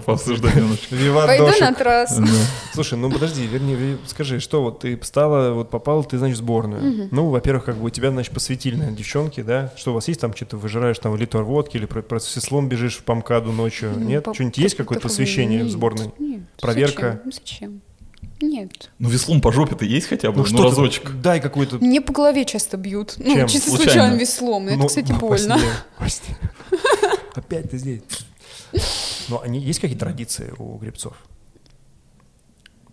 пообсуждать немножко. Виват Пойду дошик. на трассу. Слушай, ну подожди, вернее, ви- скажи, что вот ты встала, вот попала ты, значит, в сборную. Ну, во-первых, как бы у тебя, значит, посвятили, наверное, девчонки, да? Что у вас есть там, что-то выжираешь там литр водки или про, про сеслом бежишь в помкаду ночью? Ну, нет? по- Что-нибудь есть так- какое-то такого посвящение в нет, сборной? нет. Проверка? Зачем? Ну, Зачем? Нет. Ну, веслом по жопе-то есть хотя бы? Ну, ты- разочек. Дай какую-то... Мне по голове часто бьют. Чем? Ну, чисто Случайно? случайно веслом. Это, Ну, кстати, во больно. сне, во сне. Опять ты здесь. Но они есть какие-то традиции у гребцов?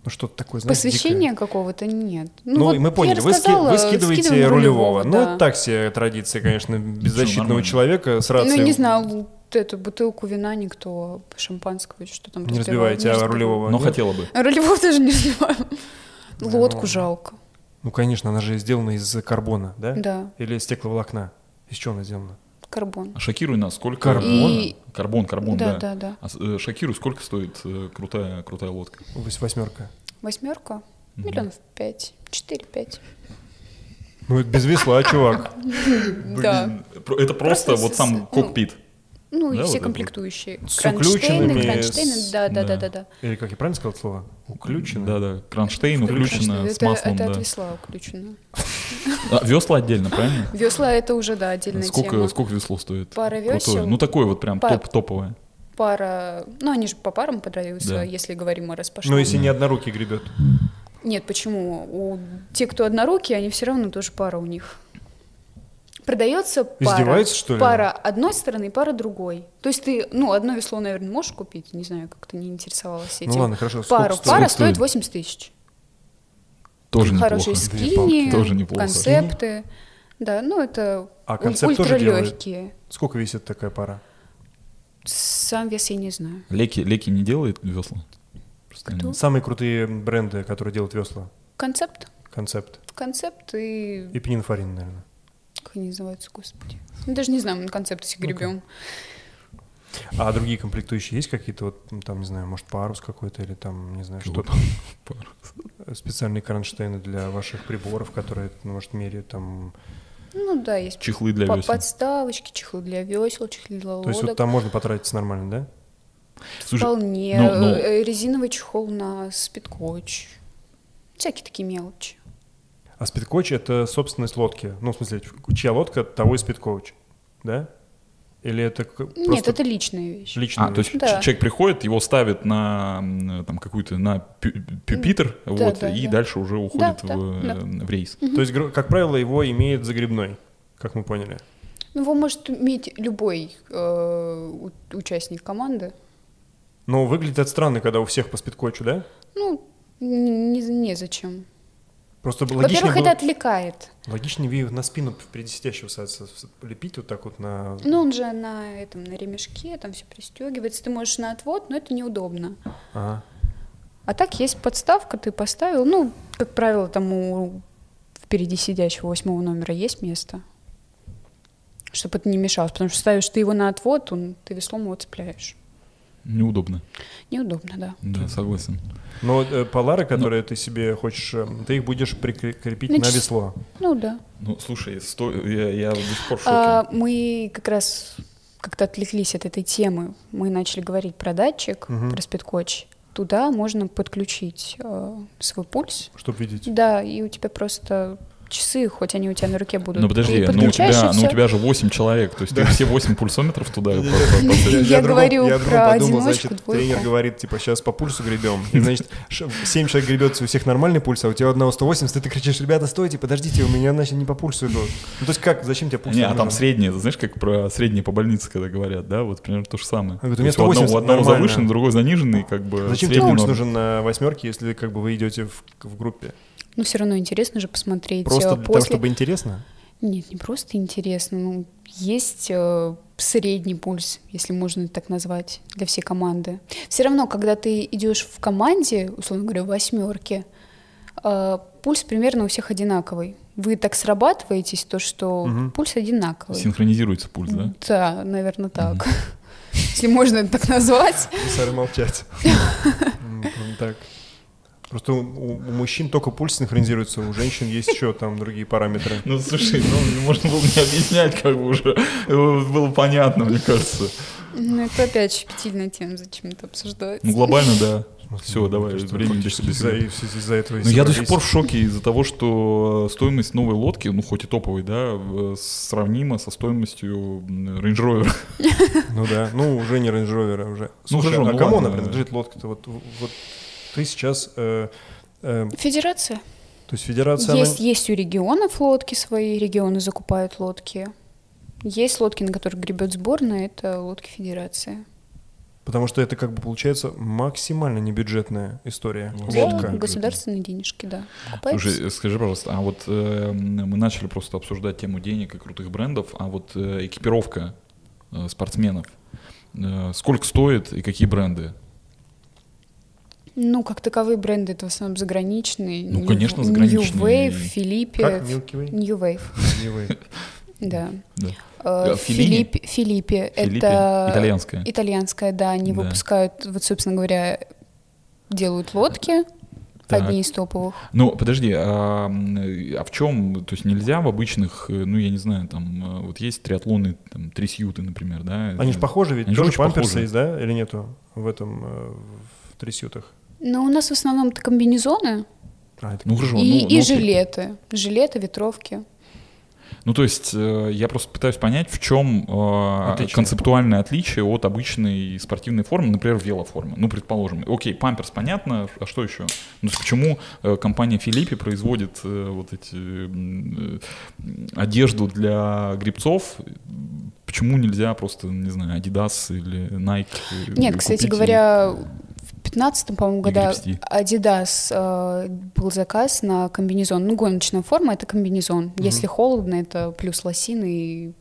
ну что-то такое, знаешь, Посвящения дикое. какого-то нет. Ну, вот и мы я поняли, вы, ски- рассказала, вы скидываете скидываем рулевого. да. Ну, так себе традиция, конечно, беззащитного нормально. человека с Ну, рацией. не знаю, вот эту бутылку вина никто, шампанского, что там. Не разбивает, разбиваете, а разбивает. рулевого Но нет? хотела бы. А Рулевого даже не разбиваю. Лодку ладно. жалко, Ну, конечно, она же сделана из карбона, да? да, Или из стекловолокна. Из чего она сделана? карбон. Шокируй нас, сколько... Карбона? И- Карбон, карбон, да. Да, да, да. А с- э, шокируй, сколько стоит э, крутая, крутая лодка? Вось- Восьмерка. Восьмерка, Мгм. миллионов пять, четыре-пять. Ну, это без весла, чувак. Да. Блин, про- Это просто, Просто вот с- сам ну, кокпит. Ну и Да, вот все это вот. комплектующие. С Кронштейны, уключенными, кронштейны, с- да, да, да, да. да, да. Или как я правильно сказал это слово? Уключено. Да, да. Кронштейн Конечно, уключено Ну, с это, маслом, это да. от весла уключено. А, Весла отдельно, правильно? Весла это уже, да, отдельная Сколько, тема. сколько весло стоит? Пара Крутое. весел. Ну, такое вот прям Пар- топ, топовое. Пара, ну они же по парам подаются, Да. если говорим о распашном. Но Ну, если не однорукий гребет. Нет, почему? У те, кто однорукие, они все равно тоже пара у них. Продается пара. Издевается, что ли? Пара одной стороны и пара другой. То есть ты, ну, одно весло, наверное, можешь купить. Не знаю, как ты не интересовалась этим. Ну ладно, хорошо. сколько Пару. стоит? Пара Сколько стоит стоит? 80 тысяч. Тоже неплохо. Хорошие палки. скини, Тоже неплохо. концепты. Да, ну это А концепт тоже делают? ультралегкие. Сколько весит такая пара? Сам вес я не знаю. Леки, Леки не делает весла? Просто Ну. не- Самые крутые бренды, которые делают весла. Концепт? Концепт. Концепт и... И пенинфорин, наверное. Как они называются, господи? Ну, даже не знаю, мы на концепты все гребем. А другие комплектующие есть какие-то, вот, ну, там, не знаю, может, парус какой-то или там, не знаю, Чего что-то. Э, Специальные кронштейны для ваших приборов, которые, ну, может, меряют там. Ну да, есть Чехлы для по- весел. подставочки, чехлы для весел, чехлы для То есть вот лодок. там можно потратиться нормально, да? Слушай, Вполне. ну, ну. Э, Резиновый чехол на спидкоч. Всякие такие мелочи. А спидкоч — это собственность лодки. Ну, в смысле, чья лодка, того и спидкоч, да? Или это к- просто Нет, это личная вещь. личная а, то есть вещь? Да. ч- человек приходит, его ставят на м, там какую-то на пю- пюпитр, вот, да, и да. дальше уже уходит да, в, э, да. в рейс. То есть, гру- как правило, его имеет загребной, как мы поняли. Ну, его может иметь любой э, у- участник команды. Но выглядит это странно, когда у всех по спидкочу, да? Ну, н- не, незачем. Просто б- логичнее Во-первых, было... это отвлекает. Логичнее ее на спину впереди сидящего со- со- со- лепить вот так вот на... Ну, он же на этом, на ремешке, там все пристегивается. Ты можешь на отвод, но это неудобно. Ага. А так есть подставка, ты поставил. Ну, как правило, там у впереди сидящего восьмого номера есть место. Чтобы это не мешалось, потому что ставишь ты его на отвод, он, ты веслом его цепляешь. Неудобно. Неудобно, да. Да, согласен. Но э, полары, Ну. которые ты себе хочешь, э, ты их будешь прикрепить на Значит, весло. Ну да. Ну, слушай, сто... я, я до сих пор в шоке. А, мы как раз как-то отвлеклись от этой темы. Мы начали говорить про датчик, Мгм. про спидкоч. Туда можно подключить э, свой пульс. чтобы видеть. Да, и у тебя просто часы, хоть они у тебя на руке будут. Ну подожди, Ты ну у, подключаешь, тебя, и ну всё. у тебя же 8 человек, то есть ты все 8 пульсометров туда... по- по- по- Я Я другом- говорю я другом про подумал, одиночку, значит, значит, двойку. тренер тренер говорит, типа, сейчас по пульсу гребем. И, значит, 7 человек гребется, у всех нормальный пульс, а у тебя у одного 180, и ты кричишь, ребята, стойте, подождите, у меня, значит, не по пульсу идут. Ну, то есть как, зачем тебе пульс? Не, а там нужен? средние, это знаешь, как про средние по больнице, когда говорят, да, вот примерно то же самое. говорю, То у меня есть у одного, 180 у одного нормально. завышенный, другой заниженный, как бы. Зачем тебе средний пульс норм. нужен на восьмерке, если как бы вы идете в, в группе? Ну, все равно интересно же посмотреть. Просто э, для того, после... чтобы интересно? Нет, не просто интересно. Ну, есть э, средний пульс, если можно так назвать, для всей команды. Все равно, когда ты идешь в команде, условно говоря, в восьмерке, э, пульс примерно у всех одинаковый. Вы так срабатываетесь, то что Мгм. пульс одинаковый. Синхронизируется пульс, да? Да, наверное, так. Если можно это так назвать. Сары молчать. М, прям Так. Просто у, у- у мужчин только пульс синхронизируется, у женщин есть еще там другие параметры. Ну, слушай, ну, можно было не объяснять, как бы уже было понятно, мне кажется. Ну, это опять щепетильная тема, зачем это обсуждать. Ну, глобально, да. Все, Ну, давай, то, что время фактически до из-за себя. и- из- из-за этого и Ну, я до сих собрались. пор в шоке из-за того, что э, стоимость новой лодки, ну, хоть и топовой, да, в- сравнима со стоимостью м, Range Rover. Ну да, ну уже не Range Rover, а уже. Слушай, хорошо, а ну кому ладно. она принадлежит лодка-то? Вот, вот ты сейчас, э, э, Федерация? то есть федерация... она- Есть, есть у регионов лодки свои, регионы закупают лодки. Есть лодки, на которых гребет сборная, это лодки Федерации. Потому что это, как бы, получается, максимально небюджетная история. Ну, За Лодка. государственные денежки, да. Копается. Слушай, скажи, пожалуйста, а вот э, мы начали просто обсуждать тему денег и крутых брендов, а вот э, экипировка э, спортсменов, э, сколько стоит и какие бренды? Ну, как таковые бренды, это в основном заграничные. Ну, конечно, заграничные. New Wave, Филиппе. Как Milky Way? New Wave, Anyway. да. Да. Э, Феллини? Филиппе, Филиппе, Филиппе? это... Итальянская? Итальянская, да. Они Да. выпускают, вот, собственно говоря, делают лодки, Так. одни из топовых. Ну, подожди, а, м, а в чем, то есть нельзя в обычных, э, ну, я не знаю, там, э, вот есть триатлоны, там, трисьюты, например, да? Они же Это- похожи, ведь Они же тоже очень памперсы похожи. есть, да? Или нету в этом, э, в трясютах? Но у нас в основном это комбинезоны А, это Ну, и, хорошо. ну, и ну, окей. жилеты. Жилеты, ветровки. Ну, то есть э, я просто пытаюсь понять, в чем э, Отличие. концептуальное отличие от обычной спортивной формы, например, велоформы. Ну, предположим, окей, памперс понятно, а что еще? Ну, то есть почему э, компания Филиппи производит э, вот эти м, э, одежду для грибцов? Почему нельзя просто, не знаю, Adidas или Nike? э, Нет, кстати купить и- говоря, в 15 по-моему, и году гребсти. Adidas э, был заказ на комбинезон. Ну, гоночная форма — это комбинезон. Если холодно, это плюс лосины и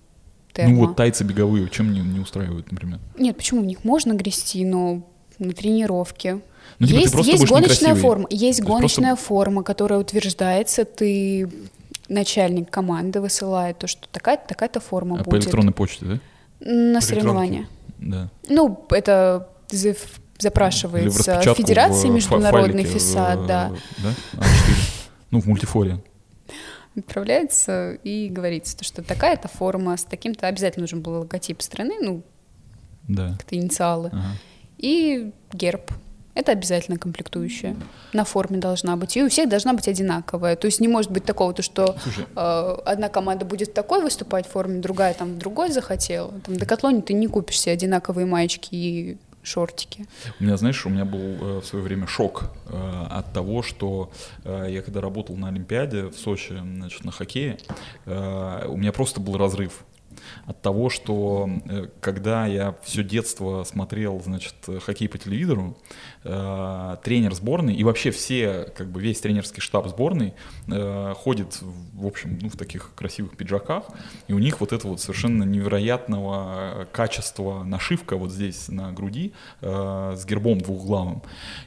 термо. Ну, вот тайцы беговые, чем не, не устраивают, например? Нет, почему? В них можно грести, но на тренировке. Ну, типа, ты есть просто есть будешь гоночная некрасивый. форма, есть То есть гоночная просто- форма, которая утверждается, ты начальник команды высылает то, что такая-то такая-то форма А по будет электронной почте, да? на соревнования. Да. Ну, это за- Или в запрашивается распечатку Федерация в, э, фа- международный файлике, ФИСАД, э, да. да? А4. Ну, в мультифоре. Отправляется и говорится, то, что такая-то форма, с таким-то обязательно нужен был логотип страны, ну, Да. как-то инициалы, Ага. и герб. Это обязательно комплектующая. На форме должна быть. И у всех должна быть одинаковая. То есть не может быть такого, то, что Слушай. э, одна команда будет в такой выступать в форме, другая там в другой захотела. Там в Декатлоне ты не купишь себе одинаковые маечки и шортики. У меня, знаешь, у меня был э, в свое время шок э, от того, что э, я когда работал на Олимпиаде в Сочи, значит, на хоккее, э, у меня просто был разрыв от того, что э, когда я все детство смотрел, значит, э, хоккей по телевизору, э, тренер сборной и вообще все, как бы весь тренерский штаб сборной э, ходит, в в общем, ну, в таких красивых пиджаках, и у них вот это вот совершенно невероятного качества нашивка вот здесь на груди э, с гербом двухглавым.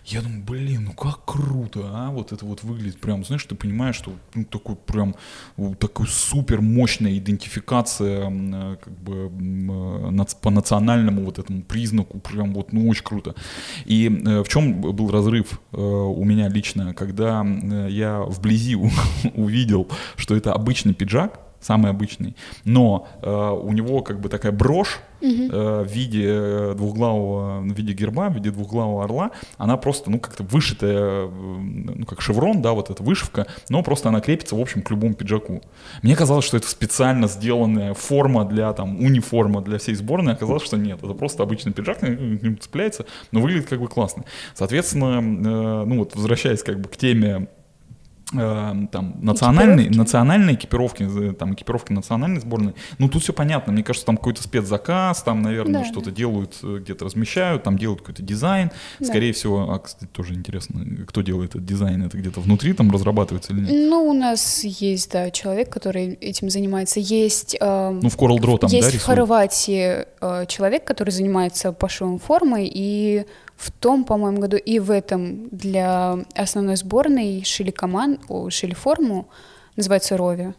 Я думаю, блин, ну как круто, а, вот это вот выглядит прям, знаешь, ты понимаешь, что ну, такой прям, ну, такой супер мощная идентификация м, э, как бы м, э, нац- по национальному вот этому признаку, прям вот, ну очень круто. И э, в чем был разрыв э, у меня лично, когда э, я вблизи у- увидел, что это обычный пиджак, самый обычный, но э, у него как бы такая брошь э, в виде э, двухглавого, в виде герба, в виде двухглавого орла, она просто, ну, как-то вышитая, э, ну, как шеврон, да, вот эта вышивка, но просто она крепится, в общем, к любому пиджаку. Мне казалось, что это специально сделанная форма для, там, униформа для всей сборной, оказалось, что нет, это просто обычный пиджак, э, к нему цепляется, но выглядит как бы классно. Соответственно, э, ну, вот, возвращаясь как бы к теме э, там национальной Экипировки. национальной экипировки э, там экипировки национальной сборной ну тут все понятно мне кажется там какой-то спецзаказ там наверное Да, что-то делают э, где-то размещают там делают какой-то дизайн Да. скорее всего а кстати тоже интересно кто делает этот дизайн это где-то внутри там разрабатывается или нет Ну, у нас есть, да, человек, который этим занимается. Есть, эм, ну в Coral Draw там да есть в рисуют Хорватии э, человек, который занимается пошивом формы, и в том, по-моему, году, и в этом для основной сборной шили команд, о, шили форму, называется Рови.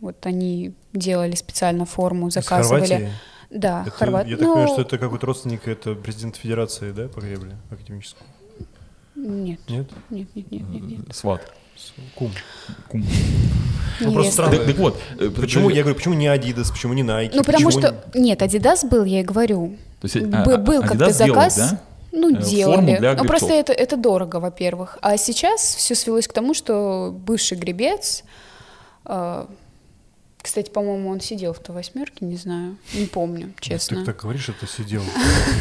Вот они делали специально форму, Из заказывали. Хорватии? Да, Это, хорват. Я так ну, понимаю, что это какой-то родственник, это президент федерации, да, по гребле академической? Нет, Нет? нет, нет, нет, нет, нет. Э, сват С- Кум. Кум. Ну, просто Невеста. странно. так, так вот э, Почему, подожди. я говорю, почему не Adidas, почему не Nike? Ну, потому почему что... Нет, Адидас был, я и говорю. То есть, э, Бы- а- был Adidas как-то делает, заказ. да? Ну, Э, делали. форму для ну, просто гребцов. это, это дорого, во-первых. А сейчас все свелось к тому, что бывший гребец... э, кстати, по-моему, он сидел в той восьмерке, не знаю. Не помню, честно. Ты так говоришь, это сидел.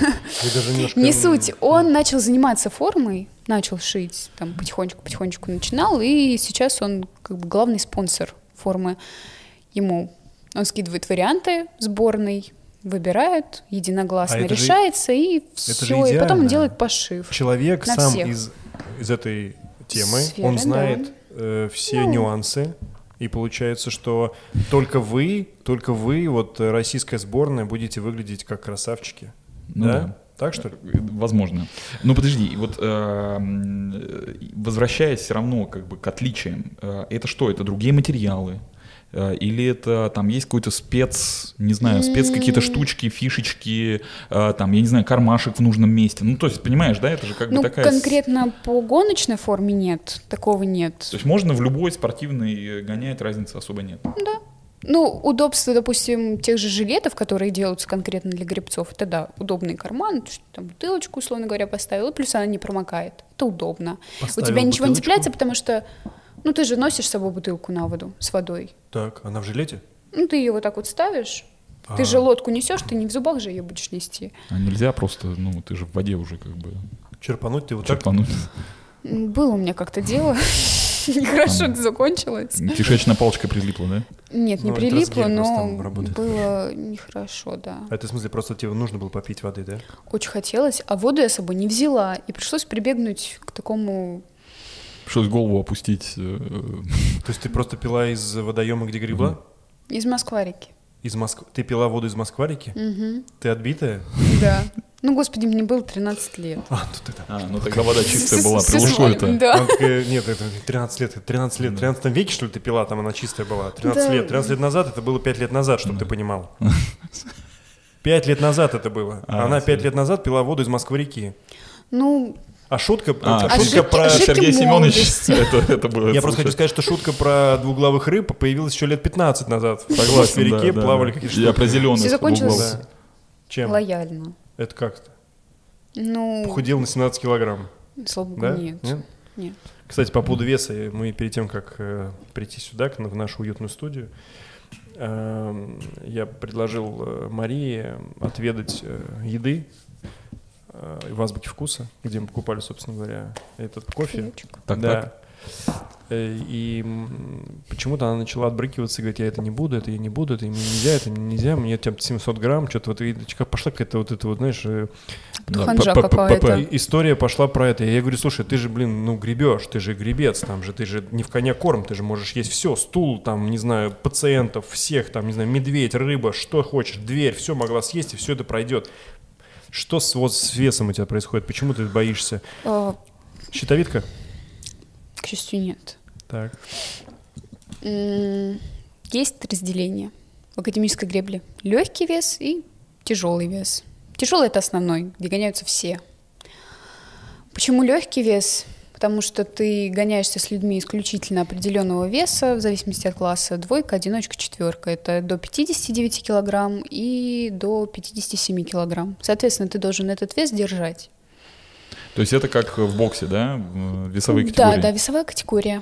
Я даже немножко... Не суть. Он начал заниматься формой, начал шить, там потихонечку-потихонечку начинал, и сейчас он как бы главный спонсор формы ему. Он скидывает варианты сборной, выбирают, единогласно А это же- решается, и же все. И потом он идеально. делает пошив. Человек На сам всех. из, из этой темы, Сферы, он да. Ну. знает э, все нюансы. И получается, что только вы, только вы, вот э, российская сборная, будете выглядеть как красавчики. Ну да? да. Так что ли? Возможно. Но подожди, вот э, м, возвращаясь все равно как бы к отличиям, э, это что? Это другие материалы? Э, Или это там есть какой-то спец, не знаю, спец какие-то штучки, фишечки, э, там, я не знаю, кармашек в нужном месте. Ну, то есть, понимаешь, да, это же как Ну, бы такая... с- конкретно по гоночной форме нет, такого нет. То есть можно в любой спортивный гонять, разницы особо нет. Ну, удобство, допустим, тех же жилетов, которые делаются конкретно для гребцов, это да, удобный карман, ты там бутылочку, условно говоря, поставил, и плюс она не промокает. Это удобно. Поставил У тебя ничего не бутылочку. цепляется, потому что, ну, ты же носишь с собой бутылку на воду с водой. Так, она в жилете? Ну, ты ее вот так вот ставишь, А. ты же лодку несешь, ты не в зубах же ее будешь нести. А нельзя просто, ну, ты же в воде уже как бы Черпануть ты вот так? черпануть. М, Было у меня как-то дело, нехорошо это закончилось. Кишечная палочка прилипла, да? Нет, не Ну, это разгель прилипло, просто но там работает. было нехорошо, да. Это в смысле просто тебе нужно было попить воды, да? Очень хотелось, а воду я с собой не взяла, и пришлось прибегнуть к такому... Пришлось голову опустить. э, То есть ты просто пила из водоема, где гребла? Из Москварики. Из Москвы. Ты пила воду из Москварики? Мгм, Ты отбитая? Да. Ну, господи, мне было 13 лет. А, тут это. А, ну тогда вода чистая была, Всё при свалим, ушой-то. Да. Она такая, нет, это 13 лет, это 13 лет, в 13 веке, что ли, ты пила, там она чистая была. 13 Да. лет, 13 лет назад, это было 5 лет назад, чтобы ты понимал. 5 лет назад это было. А, она 5 серьезно. лет назад пила воду из Москвы-реки. Ну, А шутка... А, шутка шутка жид- про жидки Сергея Семеновича. молодости. Это, это было. Я просто хочу сказать, что шутка про двуглавых рыб появилась еще лет 15 назад. В Согласен, да, Москве-реке да, плавали да. какие-то Я про зеленый. Всё закончилось. Да. Чем? лояльно. Это как-то? Ну, Похудел на 17 килограмм, слава богу, да? нет. Нет. Кстати, по поводу веса, э, мы перед тем, как э, прийти сюда, к- в нашу уютную студию, эм, я предложил э, Марии отведать э, еды э, в азбуке вкуса, где мы покупали, собственно говоря, этот кофе. Фигурчик. Так, да. так. Э, И м, почему-то она начала отбрыкиваться и говорить, я это не буду, это я не буду, это мне нельзя, это мне нельзя, мне там 700 грамм, что-то вот, и чё- пошла какая-то вот это вот, знаешь, э, Да, Ханжа п- п- п- какая-то. п- и- Э, история пошла про это. Я говорю, слушай, ты же, блин, ну гребешь, ты же гребец, там же, ты же не в коня корм, ты же можешь есть все, стул, там, не знаю, пациентов, всех, там, не знаю, медведь, рыба, что хочешь, дверь, все могла съесть, и все это пройдет. Что с, вот, с весом у тебя происходит? Почему ты боишься? А, Щитовидка? К счастью, нет. Так. М, Есть разделение в академической гребле. Легкий вес и тяжелый вес. Тяжелый это основной, где гоняются все. Почему легкий вес? Потому что ты гоняешься с людьми исключительно определенного веса, в зависимости от класса, двойка, одиночка, четверка. Это до 59 килограмм и до 57 килограмм. Соответственно, ты должен этот вес держать. То есть это как в боксе, да? в Весовые да, категории. да, весовая категория.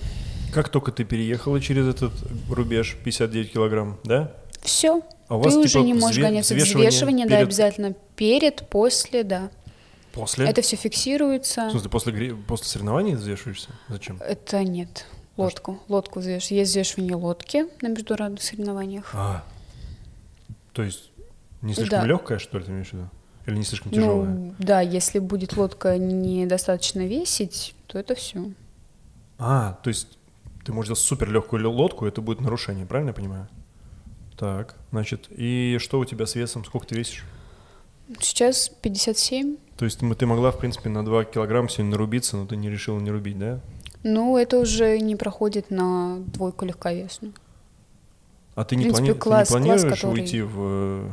Как только ты переехала через этот рубеж 59 килограмм, да? Все. А у ты вас, уже типа, не можешь взве- гоняться. взвешивание Взвешивание, да, перед- Э? обязательно. Перед, после, да. После? Это все фиксируется. В смысле, после, гре- после соревнований взвешиваешься? Зачем? Это нет. А Лодку. Лодку взвеш. Есть взвешивание лодки на международных соревнованиях. А. То есть не слишком Да. легкая, что ли, ты имеешь в виду? Или не слишком тяжелая? Ну, да, если будет лодка недостаточно весить, то это все. А, то есть ты можешь сделать супер легкую лодку, это будет нарушение, правильно я понимаю? Так, значит, и что у тебя с весом? Сколько ты весишь? Сейчас 57. То есть м- ты могла, в принципе, на 2 килограмма сегодня нарубиться, но ты не решила не рубить, да? Ну, это уже не проходит на двойку легковесную. А ты не, В плани- принципе, ты не класс- класс, планируешь который- уйти в, э,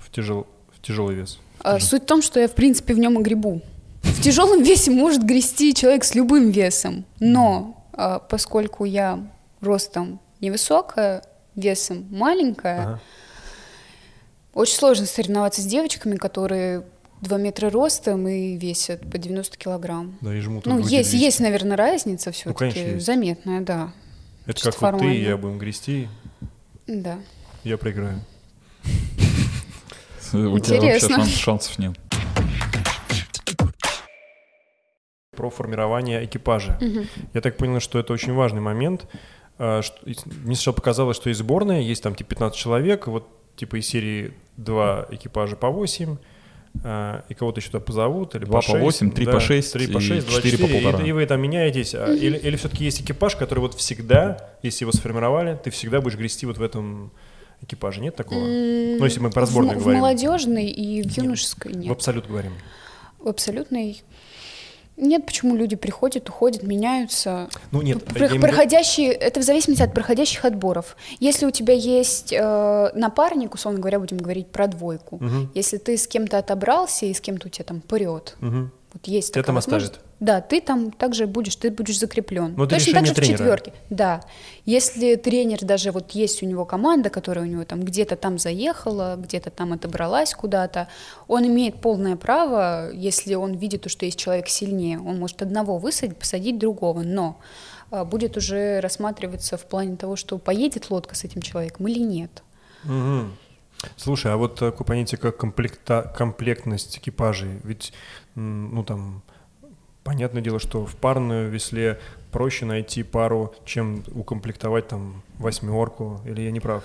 в, тяжел... в тяжелый вес? А, суть в том, что я, в принципе, в нем и гребу. В тяжелом весе может грести человек с любым весом, но а, поскольку я ростом невысокая, весом маленькая, Ага. Очень сложно соревноваться с девочками, которые 2 метра ростом и весят по 90 килограмм. Да, и жмут Ну, в груди есть, 200. есть, наверное, разница все-таки. Ну, конечно, есть. Заметная, да. Это чисто как вот ты и формально. я будем грести, Да. я проиграю. У тебя вообще Интересно. шанс- шансов нет. про формирование экипажа. Я так понял, что это очень важный момент. А, что- и- Мне сначала показалось, что есть сборная, есть там типа 15 человек, и вот типа из серии два экипажа по 8, а, и кого-то еще туда позовут, или Два по по 6. восемь, три по шесть 3 по и 6, 2, четыре 4, по полтора. И, и вы там меняетесь. а, или, все-таки есть экипаж, который вот всегда, если его сформировали, ты всегда будешь грести вот в этом экипаже. Нет такого? Ну, если мы про сборную в, говорим. В молодежной и в Нет. юношеской нет. В абсолют говорим. В абсолютной нет, почему люди приходят, уходят, меняются. Ну, нет. Пр- я имею в виду- проходящие, это в зависимости от проходящих отборов. Если у тебя есть э, напарник, условно говоря, будем говорить про двойку, Мгм, если ты с кем-то отобрался и с кем-то у тебя там прет, мгм. вот есть Тебя такая там возможность. оставят. Да, ты там также будешь, ты будешь закреплен. Но это Точно так решение же тренера. в четверке. Да. Если тренер даже вот есть у него команда, которая у него там где-то там заехала, где-то там отобралась куда-то, он имеет полное право, если он видит, то, что есть человек сильнее, он может одного высадить, посадить другого, но а, будет уже рассматриваться в плане того, что поедет лодка с этим человеком или нет. Мгм. Слушай, а вот такое понятие, как комплекта, комплектность экипажей, ведь, м, ну там, понятное дело, что в парную весле проще найти пару, чем укомплектовать там восьмерку, или я не прав,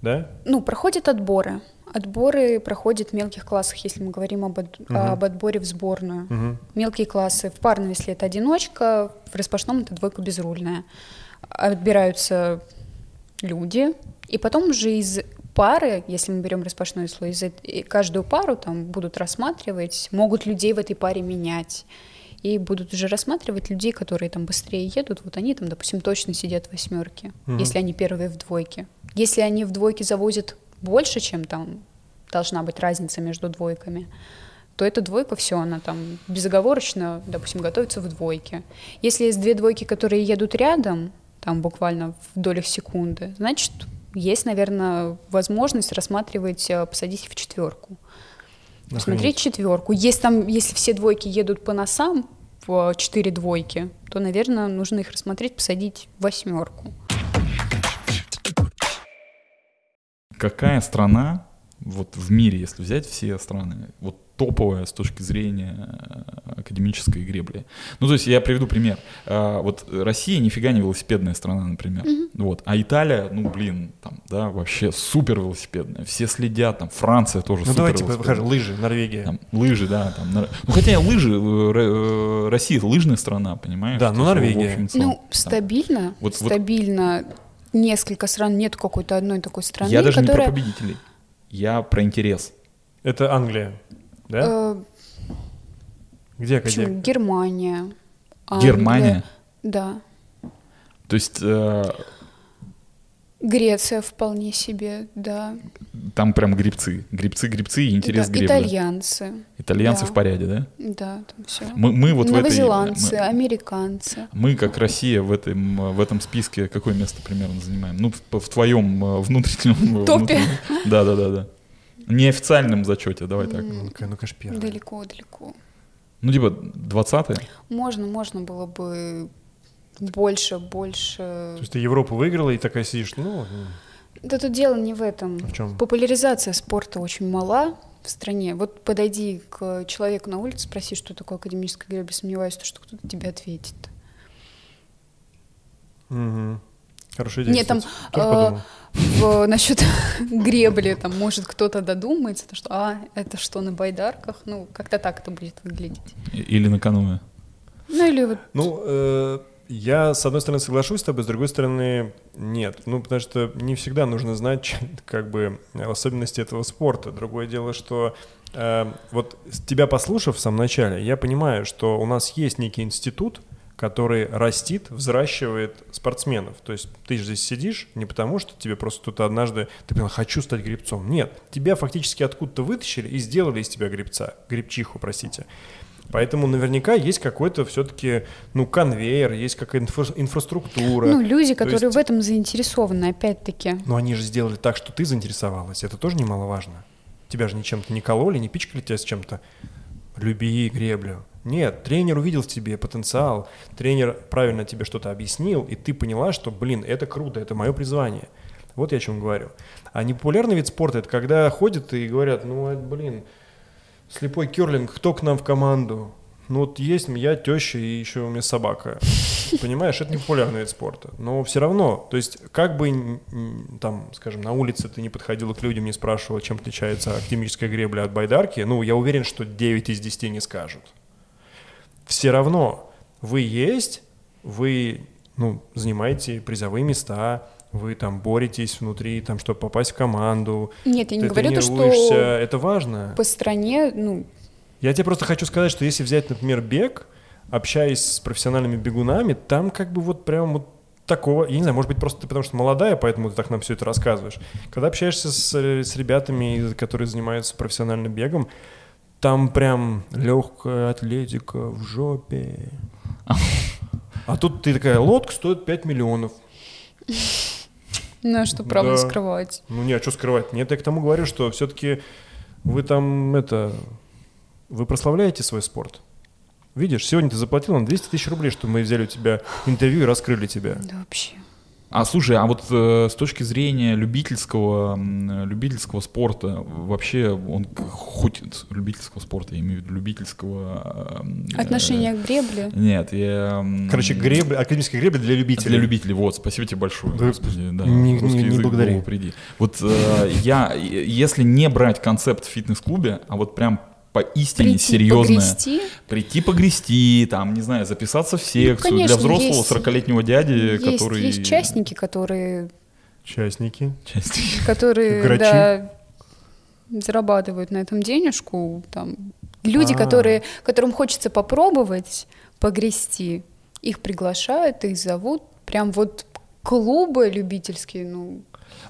да? Ну, проходят отборы. Отборы проходят в мелких классах, если мы говорим об, от- Мгм. об отборе в сборную. Мгм. мелкие классы. В парном, если это одиночка, в распашном это двойка безрульная. Отбираются люди, и потом уже из пары, если мы берем распашное слой, из эт- и каждую пару там будут рассматривать, могут людей в этой паре менять. И будут уже рассматривать людей, которые там быстрее едут. Вот они там, допустим, точно сидят в восьмерке, Мгм. если они первые в двойке. Если они в двойке завозят больше, чем там должна быть разница между двойками, то эта двойка, все, она там безоговорочно, допустим, готовится в двойке. Если есть две двойки, которые едут рядом, там буквально в долях секунды, значит, есть, наверное, возможность рассматривать, э, посадить в четверку. Охренеть. Посмотреть четверку. Есть там, если все двойки едут по носам, в э, четыре двойки, то, наверное, нужно их рассмотреть, посадить в восьмерку. Какая страна вот в мире, если взять все страны, вот топовая с точки зрения э, академической гребли. Ну, то есть я приведу пример. А, Вот Россия нифига не велосипедная страна, например. Вот. А Италия, ну, блин, там, да, вообще супер велосипедная. Все следят, там, Франция тоже Ну супер давайте, велосипедная. покажем, лыжи, Норвегия. Там, лыжи, да, там. нар- Ну, хотя лыжи, э, р- э, Россия лыжная страна, понимаешь? Да, То ну, есть, в Норвегия. общем и целом, Ну, там. стабильно, Вот- вот- стабильно. Несколько стран, нет какой-то одной такой страны, Я даже не которая... про победителей, я про интерес. Это Англия, да? э, Где Почему? Академия? Германия. Англия. Германия, А, Да. то есть э, Греция вполне себе, да. там прям грибцы, грибцы, грибцы и интерес Да, к гребле. Итальянцы, Итальянцы Да. в порядке, да? да, там все. Мы, мы Ну, вот в этой... Новозеландцы, а- мы- американцы. Мы, как Россия, в этом, э, в этом списке какое место примерно занимаем? Ну, в, в твоем э, внутреннем... Топе. внутреннем- Да-да-да-да. Неофициальном зачете, давай так. Ну, к- ну, конечно, первая. Далеко, далеко. Ну, типа, 20 Можно, можно было бы больше, больше. То есть ты Европу выиграла и такая сидишь, ну, м, Да тут дело не в этом. А в чем? Популяризация спорта очень мала в стране. Вот подойди к человеку на улице, спроси, что такое академическая гребля, сомневаюсь, что кто-то тебе ответит. Мгм. Хорошая идея, Нет, там, кстати. Тоже э, подумал. в, насчет гребли, там, может, кто-то додумается, то, что, а, это что, на байдарках? Ну, как-то так это будет выглядеть. или на каноэ? Ну, или вот, Ну, э, я, с одной стороны, соглашусь с тобой, с другой стороны, нет. Ну, потому что не всегда нужно знать, чем, как бы, особенности этого спорта. Другое дело, что э, вот с тебя послушав в самом начале, я понимаю, что у нас есть некий институт, который растит, взращивает спортсменов. То есть ты же здесь сидишь не потому, что тебе просто кто-то однажды, ты понял, хочу стать гребцом. Нет, тебя фактически откуда-то вытащили и сделали из тебя гребца, гребчиху, простите. Поэтому наверняка есть какой-то все-таки, ну, конвейер, есть какая-то инфра- инфраструктура. ну, люди, То которые есть- в этом заинтересованы, опять-таки. Но они же сделали так, что ты заинтересовалась. Это тоже немаловажно. Тебя же ничем-то не кололи, не пичкали тебя с чем-то. Люби греблю. Нет, тренер увидел в тебе потенциал, тренер правильно тебе что-то объяснил, и ты поняла, что, блин, это круто, это мое призвание. Вот я о чем говорю. А непопулярный вид спорта, это а, когда ходят и говорят, ну, э, блин, слепой керлинг, кто к нам в команду? Ну вот есть я, теща и еще у меня собака. Понимаешь, это не популярный вид спорта. Но все равно, то есть как бы н- н- там, скажем, на улице ты не подходила к людям, не спрашивала, чем отличается академическая гребля от байдарки, ну я уверен, что 9 из 10 не скажут. Все равно вы есть, вы ну, занимаете призовые места, вы там боретесь внутри, там, чтобы попасть в команду, Нет, я не ты говорю то, тренируешься, что это важно. по стране, ну, Я тебе просто хочу сказать, что если взять, например, бег, общаясь с профессиональными бегунами, там как бы вот прям вот такого, я не знаю, может быть, просто ты потому что молодая, поэтому ты так нам все это рассказываешь. Когда общаешься с, э, с ребятами, из- которые занимаются профессиональным бегом, там прям легкая атлетика в жопе. А тут ты такая, лодка стоит 5 миллионов. ну а что правду Да. скрывать. Ну не, а что скрывать? Нет, я к тому говорю, что все-таки вы там это... Вы прославляете свой спорт. Видишь, сегодня ты заплатил нам 200 тысяч рублей, что мы взяли у тебя интервью и раскрыли тебя. Да вообще. А слушай, а вот э, с точки зрения любительского, м, любительского спорта, вообще он к- хоть с- любительского спорта, я имею в виду любительского... э, Отношение к гребле. э, Нет, я... м, Короче, гребля, академическая гребля для любителей. Для любителей, вот, спасибо тебе большое. Да, Господи, да, не- не- русский не язык в благодари. голову приди. Вот э, я, э, если не брать концепт в фитнес-клубе, а вот прям поистине Прийти серьезное, погрести. Ну, прийти погрести, там, не знаю, записаться в секцию конечно, для взрослого есть- 40-летнего дяди, Есть, который... есть частники, которые, Участники. Частники. которые Грачи. да, зарабатывают на этом денежку. Там. Люди, А. которые, которым хочется попробовать погрести, их приглашают, их зовут. Прям вот клубы любительские, ну,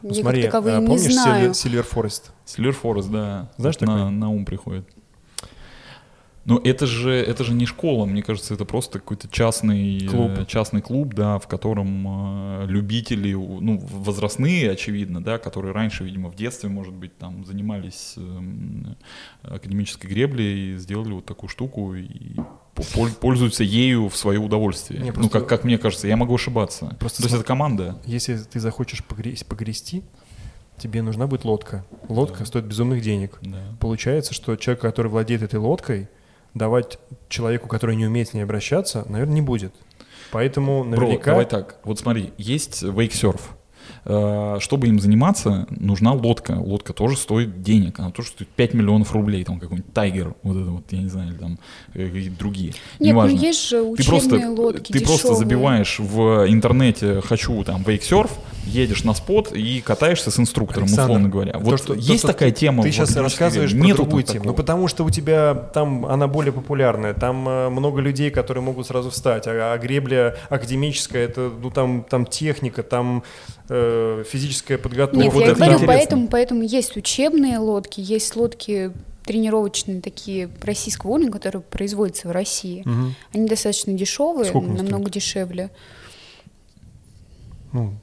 Ну, я как смотри, таковые а не помнишь знаю. Сильвер, Сильвер Форест? Silver Forest, да. Знаешь Вот на, такой? на ум приходит. Но это же, это же не школа, мне кажется, это просто какой-то частный Клуб. э, частный клуб, да, в котором э, любители, у- ну, возрастные, очевидно, да, которые раньше, видимо, в детстве, может быть, там занимались эм, академической греблей и сделали вот такую штуку и по- пол- пользуются ею в свое удовольствие. Не, Ну, просто- как, как мне кажется, я могу ошибаться. Просто То есть см- это команда. Если ты захочешь погре- погрести, тебе нужна будет лодка. Лодка Да. стоит безумных денег. Да. Получается, что человек, который владеет этой лодкой, давать человеку, который не умеет с ней обращаться, наверное, не будет. Поэтому Бро, наверняка... давай так. Вот смотри, есть вейксерф. Э, Чтобы им заниматься, нужна лодка. Лодка тоже стоит денег. Она тоже стоит 5 миллионов рублей. Там какой-нибудь тайгер, вот это вот, я не знаю, или там э, какие-то другие. Нет, Неважно. ну есть же ты учебные просто, лодки ты просто дешевые. забиваешь в интернете «хочу там вейксерф», едешь на спот и катаешься с инструктором, Александр, условно говоря. то, Вот что- то, есть что такая тема. Ты в сейчас академической рассказываешь игре? про Нету другую тут тему. Ну, такого. потому что у тебя там она более популярная, там э, много людей, которые могут сразу встать, а, а гребля академическая, это, ну, там, там техника, там э, физическая подготовка. Нет, вот я и это говорю, интересно. поэтому, поэтому есть учебные лодки, есть лодки тренировочные такие российского уровня, которые производятся в России. Мгм. Они достаточно дешевые, Сколько они намного дешевле. Ну,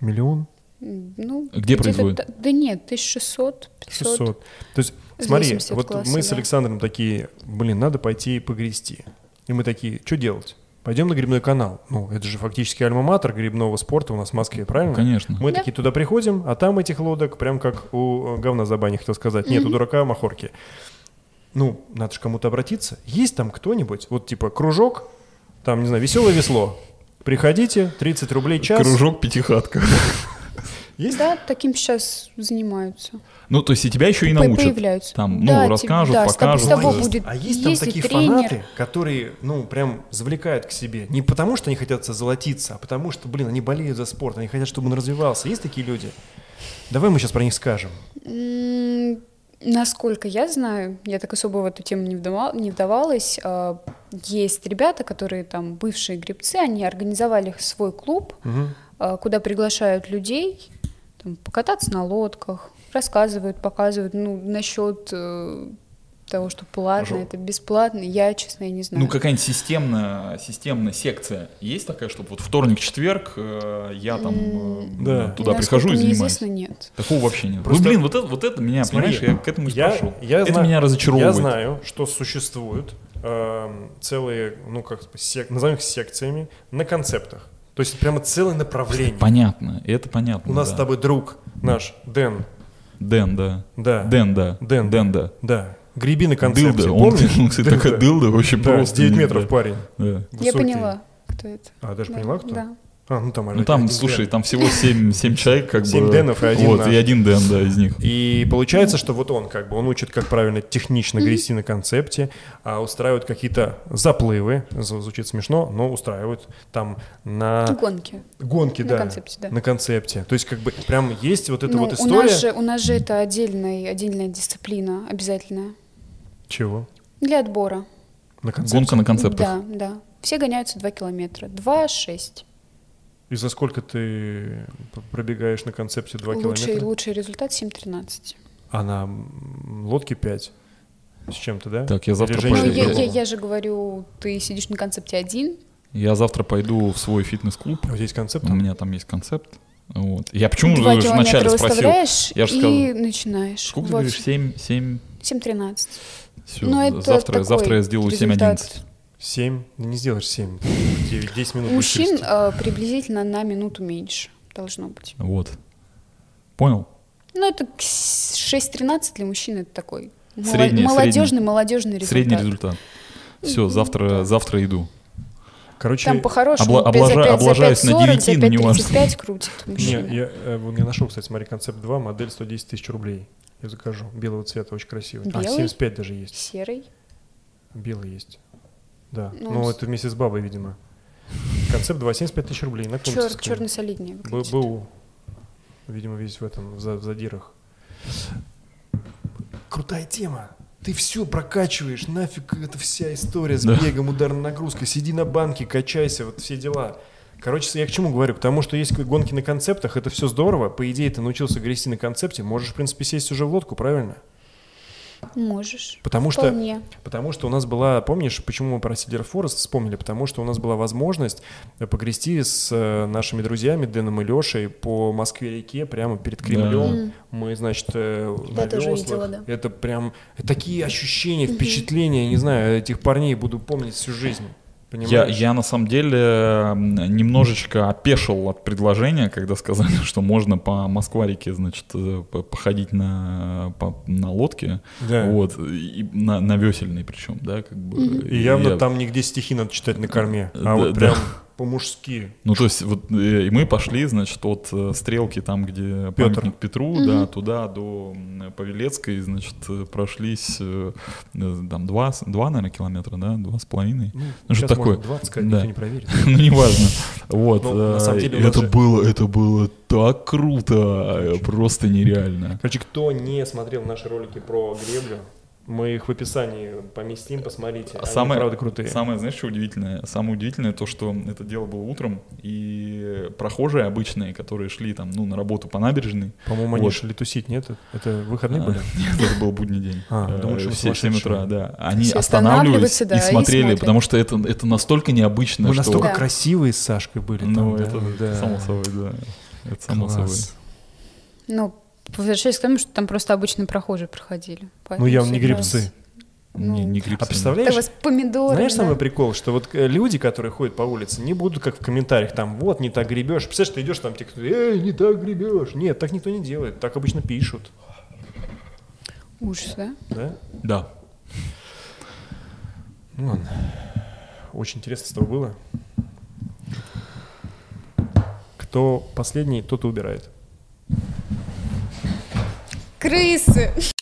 миллион, М, Ну, Где где-то производят? та- Да нет, 1600, 500. 600. То есть, смотри, зависимости от вот класса, мы с да. Александром такие, блин, надо пойти погрести. И мы такие, что делать? Пойдем на грибной канал. Ну, это же фактически альма-матер грибного спорта у нас в Москве, правильно? Конечно. Мы Да. такие туда приходим, а там этих лодок, прям как у э, говна за баней, хотел сказать. Нет, у дурака махорки. Ну, надо же кому-то обратиться. Есть там кто-нибудь? Вот типа кружок, там, не знаю, веселое весло. Приходите, 30 рублей час. Кружок пятихатка. Есть? Да, таким сейчас занимаются. Ну, то есть и тебя еще и По- научат. Появляются. Там, ну, Да, тип- расскажут, да, с тоб- покажут. С тобой А есть- будет а есть там ездить такие тренер. фанаты, которые, ну, прям завлекают к себе. Не потому, что они хотят золотиться, а потому, что, блин, они болеют за спорт, они хотят, чтобы он развивался. Есть такие люди? Давай мы сейчас про них скажем. М, Насколько я знаю, я так особо в эту тему не, вдава- не вдавалась, а, есть ребята, которые там бывшие гребцы, они организовали свой клуб, Мгм. а, куда приглашают людей там, покататься на лодках, рассказывают, показывают, ну, насчет э, того, что платно, Жо- это бесплатно, я, честно, я не знаю. Ну, какая-нибудь системная, системная секция есть такая, чтобы вот вторник-четверг э, я там э, М, Да. туда Насколько прихожу и мне занимаюсь? известно, нет. Такого вообще нет. Просто- Ну, блин, вот это, вот это меня, Смотри, понимаешь, я к этому и я- спрошу. я это зна- меня разочаровывает. Я знаю, что существуют эм, целые, ну как бы сек- назовем их секциями на концептах. То есть прямо целое направление. Понятно, это понятно. У нас да. с тобой друг наш Дэн, Дэн, да. да, Дэн, да. Дэн. Дэн, да. да, Греби на концепте, Дылда, он, помнишь? он, кстати, такая дылда вообще Да, просто. 9 не- метров парень. да. Я высокий. поняла, кто это. А, даже Да, поняла, кто? Да. А, ну там, Ну там, слушай, там всего 7, человек, как Семь бы. денов и один Вот, наш. и один ден, да, из них. И получается, что вот он как бы, он учит, как правильно технично грести на концепте, а устраивают какие-то заплывы, Зв- звучит смешно, но устраивают там на Гонки. гонки, на да, концепте, Ну, да. на концепте. То есть как бы прям есть вот эта Ну, вот у, история. нас же, у нас же это отдельная, отдельная дисциплина, обязательная. Чего? Для отбора. На концепте. Гонка на концептах. Да, да. Все гоняются 2 километра. 2,6. И за сколько ты п- пробегаешь на концепте 2 Лучший, километра? лучший результат 7,13. А на м, лодке 5 с чем-то, да? Так, я завтра Или Ну, женщина я, пойду. я, пробовала? я же говорю, ты сидишь на концепте один. Я завтра пойду в свой фитнес-клуб. Вот есть концепт. У меня там есть концепт. Вот. Я почему два же километра вначале спросил? выставляешь Я же и сказал. начинаешь. Сколько ты Вот. говоришь? 7, 7. 7.13. Все, Ну, это завтра, такой завтра я сделаю 7, результат. 11. 7, не сделаешь 7, 9, 10 минут. У Мужчин быстрости. э, приблизительно на минуту меньше должно быть. Вот. Понял? Ну, это к с- 6.13 для мужчин это такой мало- Средний, молодежный, средний. молодежный результат. Средний результат. Все, завтра, завтра иду. Короче, Там по-хорошему Обла- 5 за облажа- 5, облажаюсь за на 5.40, за девятину, неважно. 5.35 крутит Не, мужчина. я, э, вон я нашел, кстати, смотри, концепт 2, модель 110 тысяч рублей. Я закажу. Белого цвета, очень красивый. А, Белый? 75 даже есть. Серый. Белый есть. Да. Ну, Ну, с- это вместе с бабой, видимо. Концепт 2, 75 тысяч рублей. На Черт, черный солиднее Б- выглядит. БУ. Видимо, весь в этом, в, за- в задирах. Крутая тема. Ты все прокачиваешь, нафиг эта вся история с Да. бегом, ударной нагрузкой, сиди на банке, качайся, вот все дела. Короче, я к чему говорю? Потому что есть гонки на концептах, это все здорово. По идее, ты научился грести на концепте, можешь, в принципе, сесть уже в лодку, правильно? Можешь. Потому что Вполне. Потому что у нас была, помнишь, почему мы про Сидер Форест вспомнили? Потому что у нас была возможность э, погрести с э, нашими друзьями Дэном и Лешей по Москве-реке прямо перед Кремлем. М. Мы, значит, э, Да, на тоже веслах. видела, да. Это прям такие ощущения, впечатления, не знаю, этих парней буду помнить всю жизнь. Я, Понимаешь? я на самом деле м, немножечко опешил от предложения, когда сказали, что можно по Москварике, значит, э, по- походить на, по- на лодке, Да. вот, и на, на весельной причем, да, как бы. И явно там нигде стихи надо читать на корме, а Да, вот да. прям по-мужски. Ну, то есть, вот, э, и мы пошли, значит, от э, Стрелки, там, где Пётр. памятник Петру, да, туда до м, Павелецкой, значит, э, прошлись, э, э, там, два, с- два, наверное, километра, да, два с половиной. Ну, Ну, что сейчас такое? можно 20 сказать, Да. никто не проверит. Ну, неважно. Вот. Ну, на э, самом деле у нас это же- было, это было так круто, э, просто нереально. Короче, кто не смотрел наши ролики про греблю, мы их в описании поместим, посмотрите. А Они правда крутые. Самое, знаешь, что удивительное? Самое удивительное то, что это дело было утром, и прохожие обычные, которые шли там, ну, на работу по набережной, По-моему, они Вот. шли тусить, нет? Это выходные А, были? Нет, это был будний день. А, думал, что вы Э, все 7 сумасшедшие. утра, да. Они Все останавливались останавливаются, да, и и смотрели, смотрят. потому что это это настолько необычно, Мы что... настолько Да. красивые с Сашкой были. там, Ну, да, это да. само собой, да. Это само собой. Класс. Ну, возвращаясь к тому, что там просто обычные прохожие проходили. Ну, поэтому явно не всегда- грибцы. Не- не А грибцы. Это у представляешь, вас помидоры. Знаешь, да? самый прикол, что вот э, люди, которые ходят по улице, не будут как в комментариях там, вот, не так гребешь. Представляешь, ты идешь там, те, кто, эй, не так гребешь. Нет, так никто не делает, так обычно пишут. Ужас, да? Да? Да. Ну ладно. Очень интересно с тобой было. Кто последний, тот и убирает. Крысы!